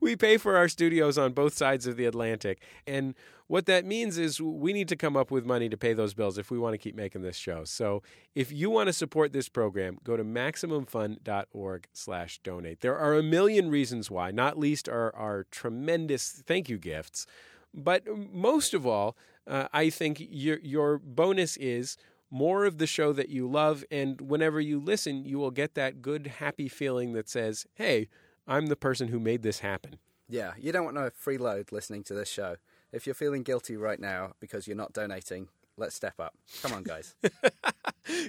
We pay for our studios on both sides of the Atlantic. And what that means is we need to come up with money to pay those bills if we want to keep making this show. So if you want to support this program, go to MaximumFun.org slash donate. There are a million reasons why, not least are our tremendous thank you gifts. But most of all, uh, I think your, your bonus is more of the show that you love. And whenever you listen, you will get that good, happy feeling that says, hey, I'm the person who made this happen. Yeah, you don't want to freeload listening to this show. If you're feeling guilty right now because you're not donating, let's step up. Come on, guys.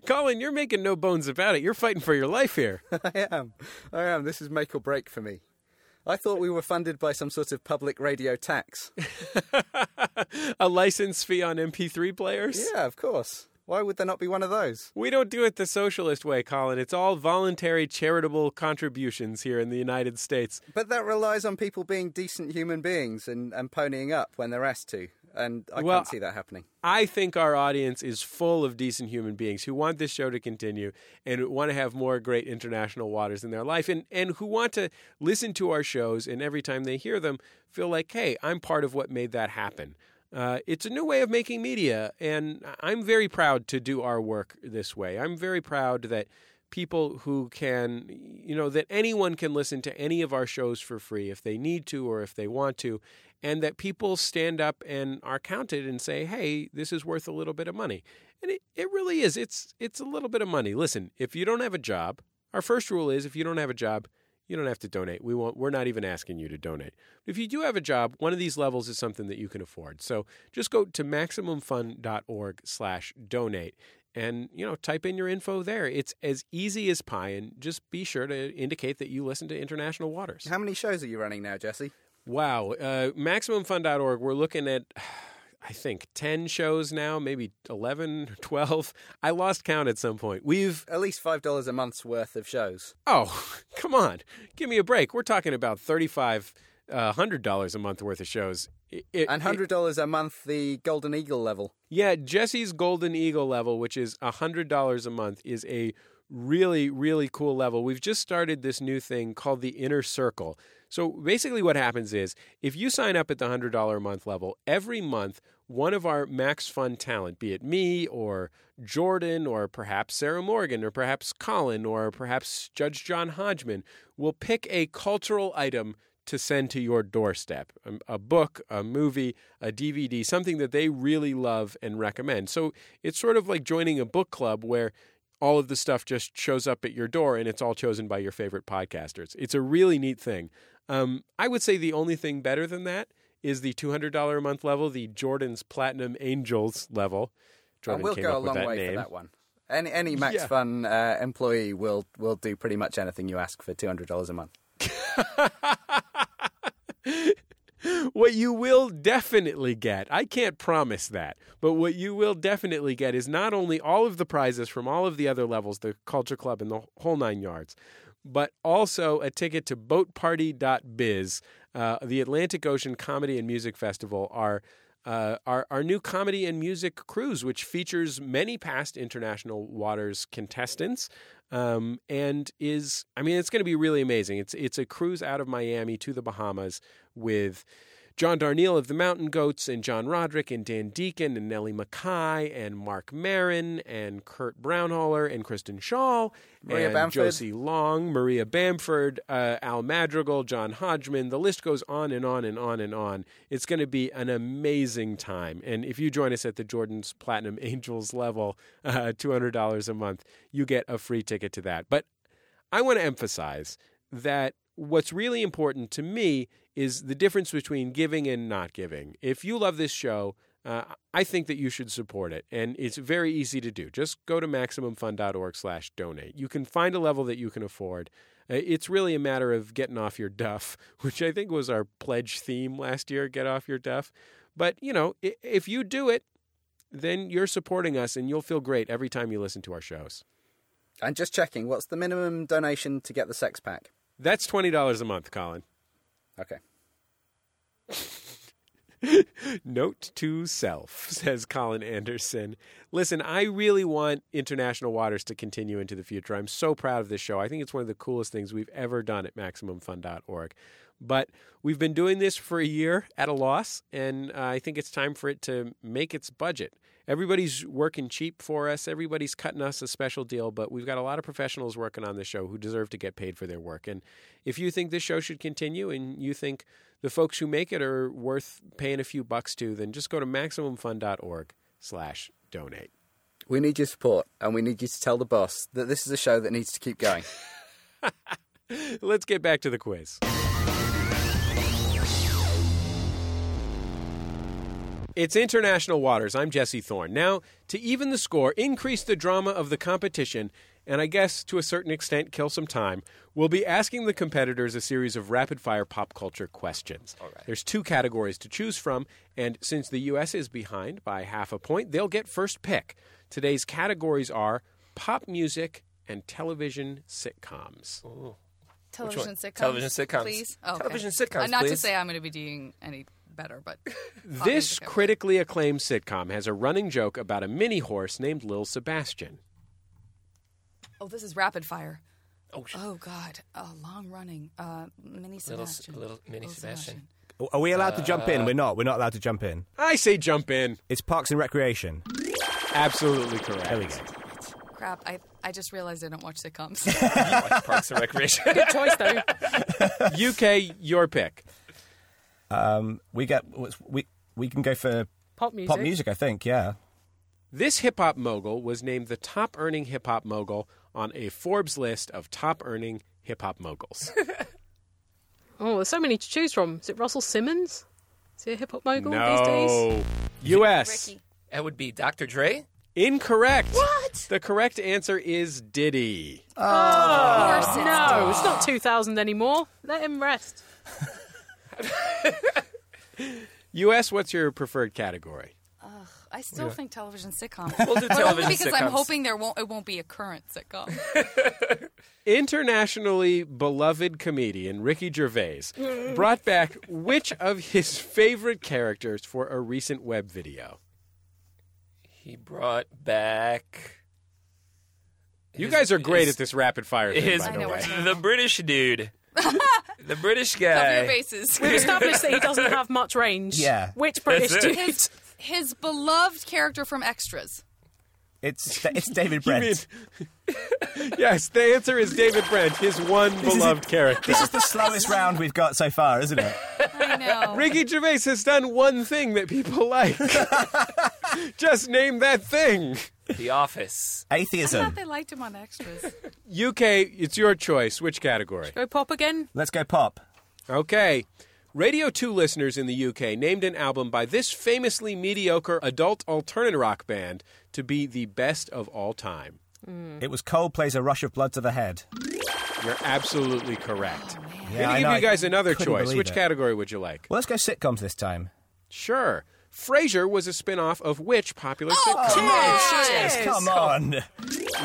Colin, you're making no bones about it. You're fighting for your life here. I am. I am. This is make or break for me. I thought we were funded by some sort of public radio tax. a license fee on MP3 players? Yeah, of course. Why would there not be one of those? We don't do it the socialist way, Colin. It's all voluntary charitable contributions here in the United States. But that relies on people being decent human beings and, and ponying up when they're asked to. And I Well, can't see that happening. I think our audience is full of decent human beings who want this show to continue and want to have more great international waters in their life and, and who want to listen to our shows and every time they hear them feel like, hey, I'm part of what made that happen. Uh, it's a new way of making media, and I'm very proud to do our work this way. I'm very proud that people who can, you know, that anyone can listen to any of our shows for free if they need to or if they want to, and that people stand up and are counted and say, "Hey, this is worth a little bit of money," and it, it really is. It's it's a little bit of money. Listen, if you don't have a job, our first rule is if you don't have a job. You don't have to donate. We won't, we're not even asking you to donate. If you do have a job, one of these levels is something that you can afford. So just go to MaximumFun.org slash donate and you know type in your info there it's as easy as pie and just be sure to indicate that you listen to international waters how many shows are you running now jesse wow uh, maximumfun.org we're looking at i think 10 shows now maybe 11 or 12 i lost count at some point we've at least $5 a month's worth of shows. oh come on give me a break we're talking about 35 uh, $100 a month worth of shows It- it- and it- $100 a month, the Golden Eagle level. Yeah, Jesse's Golden Eagle level, which is $100 a month, is a really, really cool level. We've just started this new thing called the Inner Circle. So basically, what happens is if you sign up at the $100 a month level, every month, one of our Max Fun talent, be it me or Jordan or perhaps Sarah Morgan or perhaps Colin or perhaps Judge John Hodgman, will pick a cultural item to send to your doorstep Um, a book, a movie, a DVD, something that they really love and recommend. So it's sort of like joining a book club where all of the stuff just shows up at your door and it's all chosen by your favorite podcasters. It's a really neat thing. Um, I would say the only thing better than that is the $200 a month level, the Jordan's Platinum Angels level. Jordan and we'll came go up a with long that way name. for that one. Any, any Max Yeah. Fun uh, employee will, will do pretty much anything you ask for $200 a month. what you will definitely get, I can't promise that, but what you will definitely get is not only all of the prizes from all of the other levels, the Culture Club and the whole nine yards, but also a ticket to boatparty.biz, uh, the Atlantic Ocean Comedy and Music Festival, our uh, our, our new comedy and music cruise, which features many past International Waters contestants, um, and is I mean it's going to be really amazing. It's it's a cruise out of Miami to the Bahamas with John Darnielle of the Mountain Goats and John Roderick and Dan Deacon and Nellie Mackay and Mark Marin and Kurt Brownholler and Kristen Shaw Maria and Bamford. Josie Long, Maria Bamford, uh, Al Madrigal, John Hodgman. The list goes on and on and on and on. It's going to be an amazing time. And if you join us at the Jordan's Platinum Angels level, uh, $200 a month, you get a free ticket to that. But I want to emphasize that what's really important to me is the difference between giving and not giving. If you love this show, uh, I think that you should support it, and it's very easy to do. Just go to maximumfund.org/donate. You can find a level that you can afford. Uh, It's really a matter of getting off your duff, which I think was our pledge theme last year: get off your duff. But you know, i- if you do it, then you're supporting us, and you'll feel great every time you listen to our shows. And just checking, what's the minimum donation to get the sex pack? That's twenty dollars a month, Colin. Okay. Note to self, says Colin Anderson. Listen, I really want International Waters to continue into the future. I'm so proud of this show. I think it's one of the coolest things we've ever done at MaximumFun.org. But we've been doing this for a year at a loss, and uh, I think it's time for it to make its budget. Everybody's working cheap for us, everybody's cutting us a special deal, but we've got a lot of professionals working on this show who deserve to get paid for their work. And if you think this show should continue and you think the folks who make it are worth paying a few bucks to, then just go to MaximumFun.org slash donate. We need your support, and we need you to tell the boss that this is a show that needs to keep going. Let's get back to the quiz. It's International Waters. I'm Jesse Thorne. Now, to even the score, increase the drama of the competition, and I guess to a certain extent kill some time, we'll be asking the competitors a series of rapid fire pop culture questions. There's two categories to choose from, and since the U.S. is behind by half a point, they'll get first pick. Today's categories are pop music and television sitcoms. Television sitcoms. Television sitcoms. Please. Oh, okay. Television sitcoms, Uh, not to please. say I'm going to be doing any better, but This critically acclaimed sitcom has a running joke about a mini horse named Lil Sebastian. oh, this is rapid fire. Oh, God! Uh, long running. Uh, mini Little, Sebastian. little mini Sebastian. Are we allowed to jump in? Uh, We're not. We're not allowed to jump in. I say jump in. It's Parks and Recreation. Absolutely correct. There we go. Crap! I I just realized I don't watch sitcoms. Parks and Recreation. Good choice though. UK, your pick. Um, we get we we can go for Pop music. pop music. I think. Yeah. This hip hop mogul was named the top earning hip hop mogul on a Forbes list of top earning hip hop moguls. Oh, there's so many to choose from. Is it Russell Simmons? Is he a hip hop mogul these days? no. US. That would be Dr. Dre. Incorrect. What? The correct answer is Diddy. Oh, Of course it's No, it's not 2000 anymore. Let him rest. US, what's your preferred category? I still think television sitcoms. We'll do But only television because I'm sitcoms. hoping there won't it won't be a current sitcom. Internationally beloved comedian Ricky Gervais brought back which of his favorite characters for a recent web video? He brought back You His- guys are great his- at this rapid fire thing, his, by I the know way. what the British dude. the British Cover your guy. bases. We've established that he doesn't have much range. Yeah. Which British That's it. dude? his, his beloved character from Extras. It's it's David You Brent. mean- yes, the answer is David Brent, his one beloved character. This is the slowest round we've got so far, isn't it? I know. Ricky Gervais has done one thing that people like. Just name that thing. The Office. I Atheism. thought they liked him on Extras. UK, it's your choice. Which category? Go pop again. Let's go pop. Okay. Radio 2 listeners in the UK named an album by this famously mediocre adult alternative rock band to be the best of all time. It was Coldplay's A Rush of Blood to the Head. You're absolutely correct. I'm Oh, I going to give know, you guys I another couldn't choice. believe Which it. category would you like? Well, let's go sitcoms this time. Sure. Frasier was a spin-off of which popular sitcom? Oh, Yes, Oh, come on.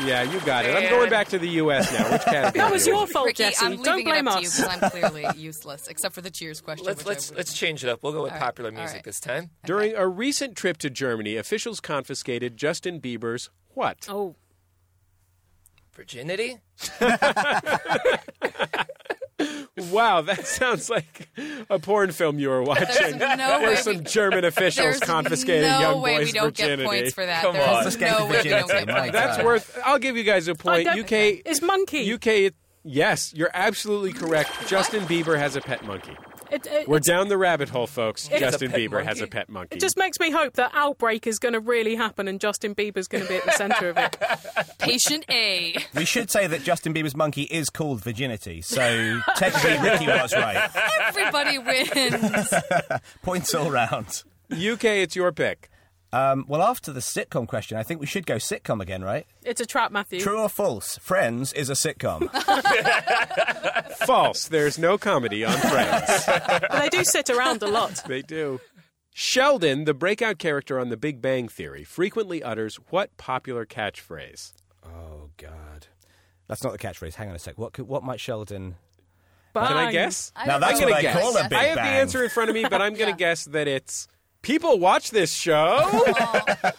Yeah, you got it. I'm going back to the U.S. now. Which category? That was do you your want? fault, Ricky, Jesse. I'm leaving Don't blame it up us. to you because I'm clearly useless, except for the Cheers question. Let's which let's I let's change it up. We'll go with All right, popular all music right. this time. During a recent trip to Germany, officials confiscated Justin Bieber's what? Oh, Virginity. Wow, that sounds like a porn film you were watching. There's no way There's some we- German officials There's confiscating no young way boys' we don't virginity. get points for that. Come There's on. Let's get no the way we don't virginity, get my points. God. That's worth. I'll give you Oh, guys a point. don't- UK, it's monkey. UK. Yes, you're absolutely correct. Justin Bieber has a pet monkey. it, it, We're down the rabbit hole, folks. Justin a pet Bieber has a monkey. pet monkey. it just makes me hope that outbreak is going to really happen and Justin Bieber's going to be at the centre of it. Patient A. We should say that Justin Bieber's monkey is called Virginity, so technically Ricky was right. Everybody wins. Points all round. UK, it's your pick. Um, well, after the sitcom question, I think we should go sitcom again, right? It's a trap, Matthew. True or false? Friends is a sitcom. False. There's no comedy on Friends. They do sit around a lot. they do. Sheldon, the breakout character on The Big Bang Theory, frequently utters what popular catchphrase? oh God, that's not the catchphrase. Hang on a sec. What could, what might Sheldon? Can Um, I guess? Now that's what gonna I guess. call a big I have bang. the answer in front of me, but I'm going to guess that it's people watch this show.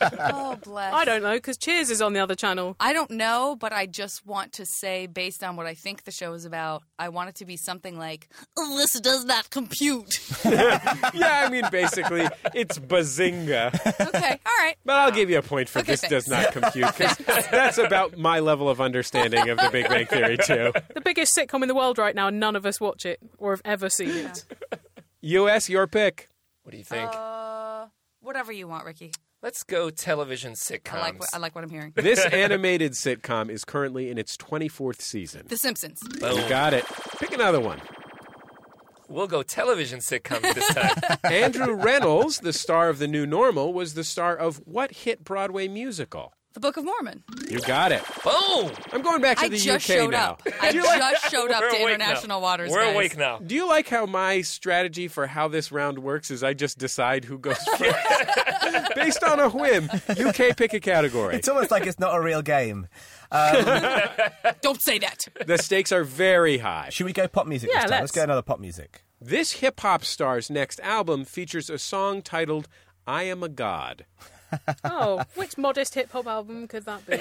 Oh, bless. I don't know because Cheers is on the other channel. I don't know, but I just want to say, based on what I think the show is about, I want it to be something like, this does not compute. yeah, I mean, basically, it's bazinga. Okay, all right. But I'll give you a point for Okay, this does not thanks. compute because that's about my level of understanding of the Big Bang Theory too. The biggest sitcom in the world right now, and none of us watch it or have ever seen it. U.S. Your pick. What do you think? Uh, whatever you want, Ricky. Let's go television sitcoms. I like, what, I like what I'm hearing. This animated sitcom is currently in its 24th season. The Simpsons. You got it. Pick another one. We'll go television sitcoms this time. Andrew Reynolds, the star of The New Normal, was the star of what hit Broadway musical? The Book of Mormon. You got it. Boom! I'm going back to I the just UK showed now. up. I just showed up We're to awake now. international waters. We're guys. awake now. Do you like how my strategy for how this round works is I just decide who goes first? Based on a whim, UK pick a category. It's almost like it's not a real game. Don't say that. The stakes are very high. Should we go pop music this Yeah, time? let's. let's go another pop music. This hip hop star's next album features a song titled I Am a God. Oh, which modest hip hop album could that be?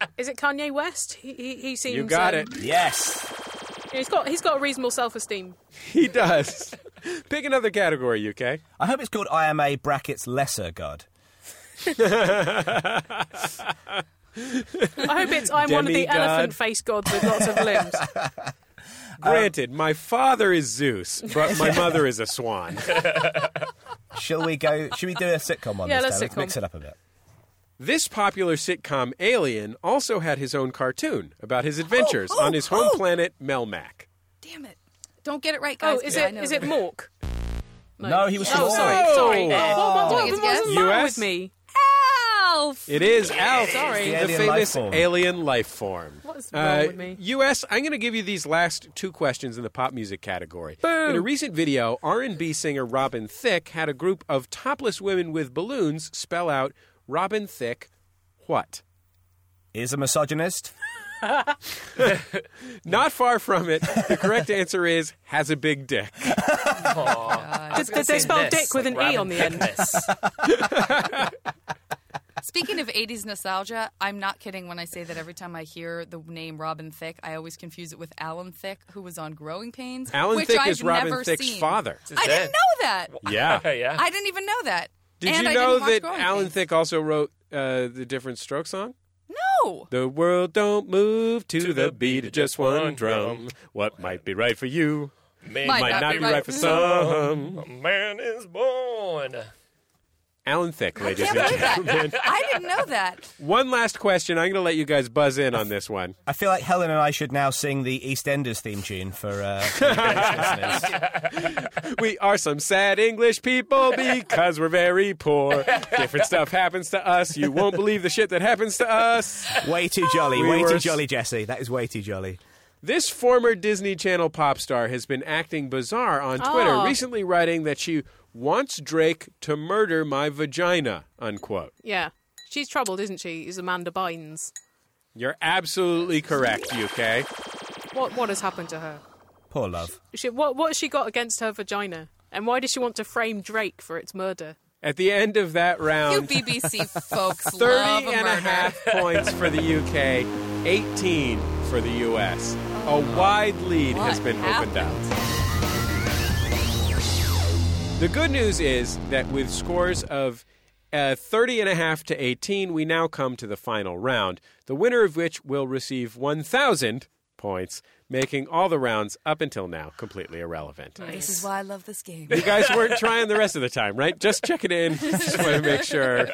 Uh, is it Kanye West? He, he, he seems. You got um, it. Yes. He's got he's got a reasonable self esteem. He does. Pick another category, UK. I hope it's called IMA brackets lesser god. I hope it's I'm one of the Demigod. elephant face gods with lots of limbs. Granted, my father is Zeus, but my mother is a swan. Shall we go? Should we do a sitcom one? Yeah, this time? let's Let's sitcom. mix it up a bit. This popular sitcom, Alien, also had his own cartoon about his adventures on his home planet, Melmac. Damn it. Don't get it right, Oh, guys. is Yeah, I it know. is it Mork? No, he was Oh, small. sorry, sorry. Oh. What, what, what, Doing his what was guess? the matter US? with me? Alf. It is Alf, Sorry. the, The alien famous life form. alien life form. What's wrong with me? U.S. I'm going to give you these last two questions in the pop music category. In a recent video, R&B singer Robin Thicke had a group of topless women with balloons spell out Robin Thicke what? Is a misogynist. Not far from it. The correct answer is has a big dick. Did, did they spell dick with an E on the end? Speaking of 80s nostalgia, I'm not kidding when I say that every time I hear the name Robin Thicke, I always confuse it with Alan Thicke, who was on Growing Pains. Alan which Thicke I've is Robin never Thicke's seen. father. I didn't know that. Yeah. yeah. I didn't even know that. Did And you I know didn't watch that Growing Alan Pains. Thicke also wrote uh, the Different Stroke song? No. The world don't move to, the, beat of just one one drum. drum. What might be right for you Man Might might not not be be right right for for some. A man is born. Alan Thicke, ladies Can't and believe gentlemen. that. I didn't know that. One last question. I'm going to let you guys buzz in on this one. I feel like Helen and I should now sing the EastEnders theme tune for. Uh, for the British listeners. We are some sad English people because we're very poor. Different stuff happens to us. You won't believe the shit that happens to us. way too jolly, We way were too s- jolly, Jesse. That is way too jolly. This former Disney Channel pop star has been acting bizarre on Twitter, Oh. recently writing that she wants Drake to murder my vagina, unquote. Yeah. She's troubled, isn't she? Is Amanda Bynes. You're absolutely correct, UK. What what has happened to her? Poor love. She, what what has she got against her vagina? And why does she want to frame Drake for its murder? At the end of that You round, BBC folks 30 love a Um, and a murder. half points for the UK, 18 for the US. A wide lead has Oh, What been opened up. The good news is that with scores of uh, 30 and a half to 18, we now come to the final round, the winner of which will receive 1,000 points, making all the rounds up until now completely irrelevant. This is why I love this game. You guys weren't trying the rest of the time, right? Just checking in. Just want to make sure.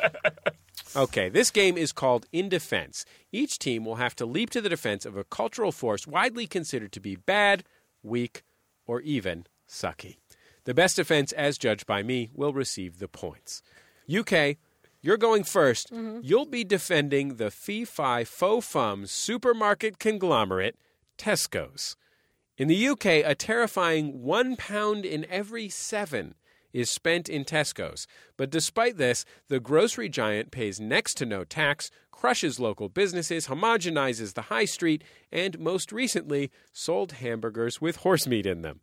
Okay, this game is called In Defense. Each team will have to leap to the defense of a cultural force widely considered to be bad, weak, or even sucky. The best defense, as judged by me, will receive the points. UK, you're going 1st you You'll be defending the fee fi fo fum supermarket conglomerate, Tesco's. In the UK, a terrifying one pound in every seven is spent in Tesco's. But despite this, the grocery giant pays next to no tax, crushes local businesses, homogenizes the high street, and most recently sold hamburgers with horse meat in them.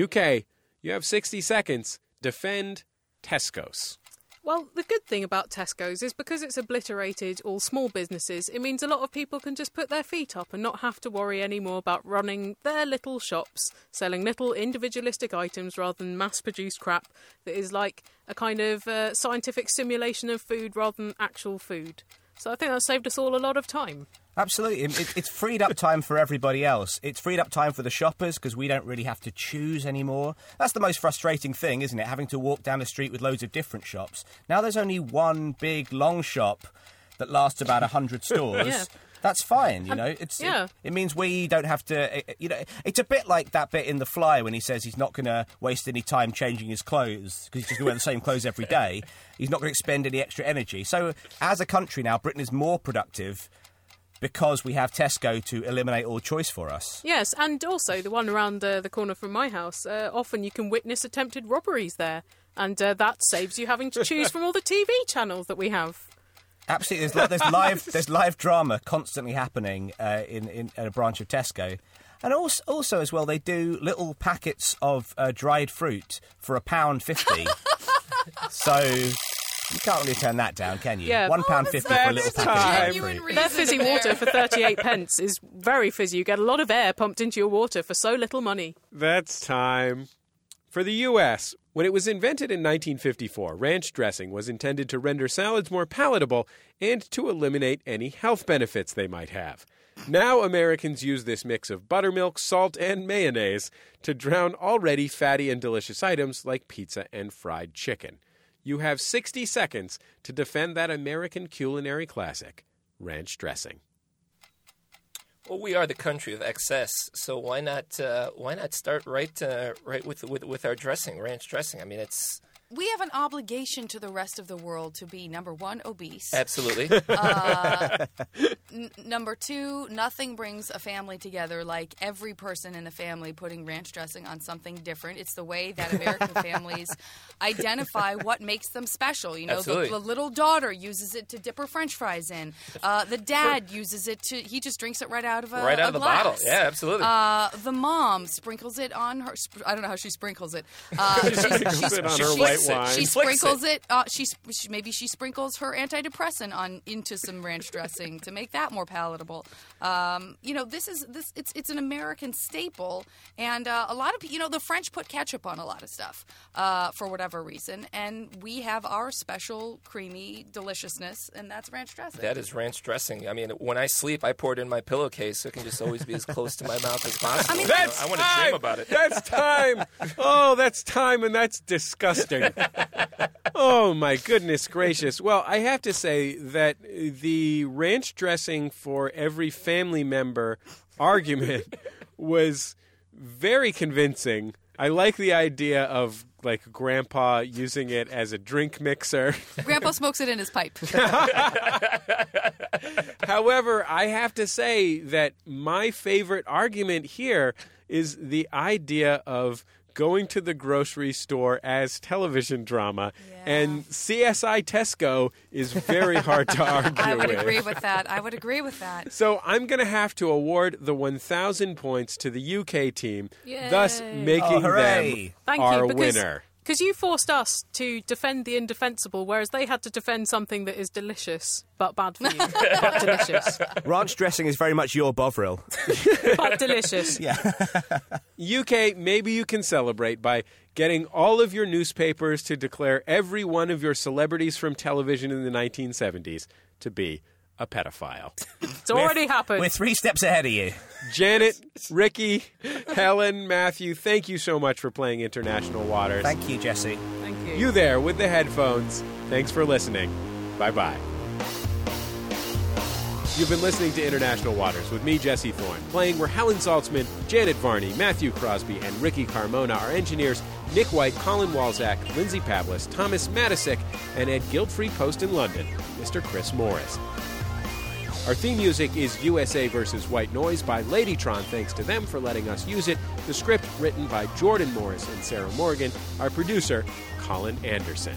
UK, you have 60 seconds. Defend Tesco's. Well, the good thing about Tesco's is because it's obliterated all small businesses, it means a lot of people can just put their feet up and not have to worry anymore about running their little shops, selling little individualistic items rather than mass produced crap that is like a kind of uh, scientific simulation of food rather than actual food. So I think that saved us all a lot of time. Absolutely. It, it- it's freed up time for everybody else. It's freed up time for the shoppers because we don't really have to choose anymore. That's the most frustrating thing, isn't it? Having to walk down the street with loads of different shops. Now there's only one big long shop that lasts about 100 stores. Yeah. That's fine, you know. It's it- yeah. it, means we don't have to. it- it- You know, it's a bit like that bit in The Fly when he says he's not going to waste any time changing his clothes because he's just going to wear the same clothes every day. He's not going to expend any extra energy. So, as a country now, Britain is more productive because we have Tesco to eliminate all choice for us. Yes, and also the one around uh, the corner from my house. Uh, often you can witness attempted robberies there, and uh, that saves you having to choose from all the TV channels that we have. Absolutely, there's, li- there's live there's live drama constantly happening uh, in, in at a branch of Tesco, and also also as well they do little packets of uh, dried fruit for a pound fifty. so you can't really turn that down, can you? Yeah. one Oh, pound that's fifty for a little nice. packet of Genuine dried fruit. Their fizzy there. water for 38 pence is very fizzy. You get a lot of air pumped into your water for so little money. That's time. For the U.S., when it was invented in 1954, ranch dressing was intended to render salads more palatable and to eliminate any health benefits they might have. Now, Americans use this mix of buttermilk, salt, and mayonnaise to drown already fatty and delicious items like pizza and fried chicken. You have 60 seconds to defend that American culinary classic, ranch dressing. Well, we are the country of excess, so why not? Uh, why not start right, uh, right with, with with our dressing, ranch dressing? I mean, it's We have an obligation to the rest of the world to be number one, obese. absolutely. Uh, N- number two, nothing brings a family together like every person in a family putting ranch dressing on something different. It's the way that American families identify what makes them special. You know, the, Absolutely. the little daughter uses it to dip her French fries in. Uh, the dad uses it to he just drinks it right out of a right a out of the bottle. glass. Yeah, absolutely. Uh, the mom sprinkles it on her. Sp- I don't know how she sprinkles it. Uh, she sprinkles it on her she- white she- wine. She Flicks it. sprinkles it. uh, she, sp- she maybe she sprinkles her antidepressant on into some ranch dressing to make that more palatable. Um, you know, this is this. It's it's an American staple, and uh, a lot of pe- you know the French put ketchup on a lot of stuff uh, for whatever reason, and we have our special creamy deliciousness, and that's ranch dressing. that is ranch dressing. I mean, when I sleep, I pour it in my pillowcase, so it can just always be as close to my mouth as possible. You know, That's I want to time. dream about it. That's time. Oh, that's time, and that's disgusting. oh my goodness gracious! Well, I have to say that the ranch dressing for every family member argument was very convincing. I like the idea of like grandpa using it as a drink mixer. Grandpa smokes it in his pipe. However, I have to say that my favorite argument here is the idea of going to the grocery store as television drama, and CSI Tesco is very hard to argue I would with. agree with that. I would agree with that. So I'm going to have to award the 1,000 points to the UK team, thus Yay. making Oh, hooray. them Thank our you. Because, winner. Because you forced us to defend the indefensible, whereas they had to defend something that is delicious but bad for you. but delicious. Ranch dressing is very much your Bovril. But delicious. UK, maybe you can celebrate by getting all of your newspapers to declare every one of your celebrities from television in the 1970s to be a pedophile. It's already happened. We're three steps ahead of you. Janet, Ricky, Helen, Matthew, thank you so much for playing International Waters. Thank you, Jesse. Thank you. you there with the headphones. Thanks for listening. Bye bye. You've been listening to International Waters with me, Jesse Thorne. Playing were Helen Saltzman, Janet Varney, Matthew Crosby, and Ricky Carmona, our engineers, Nick White, Colin Walzak, Lindsay Pavlis, Thomas Matisick, and at Guildfree Post in London, Mr. Chris Morris. Our theme music is USA versus White Noise by Ladytron. Thanks to them for letting us use it. The script written by Jordan Morris and Sarah Morgan. Our producer, Colin Anderson.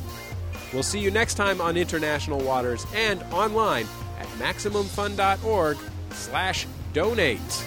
We'll see you next time on International Waters and online at MaximumFun.org slash donate.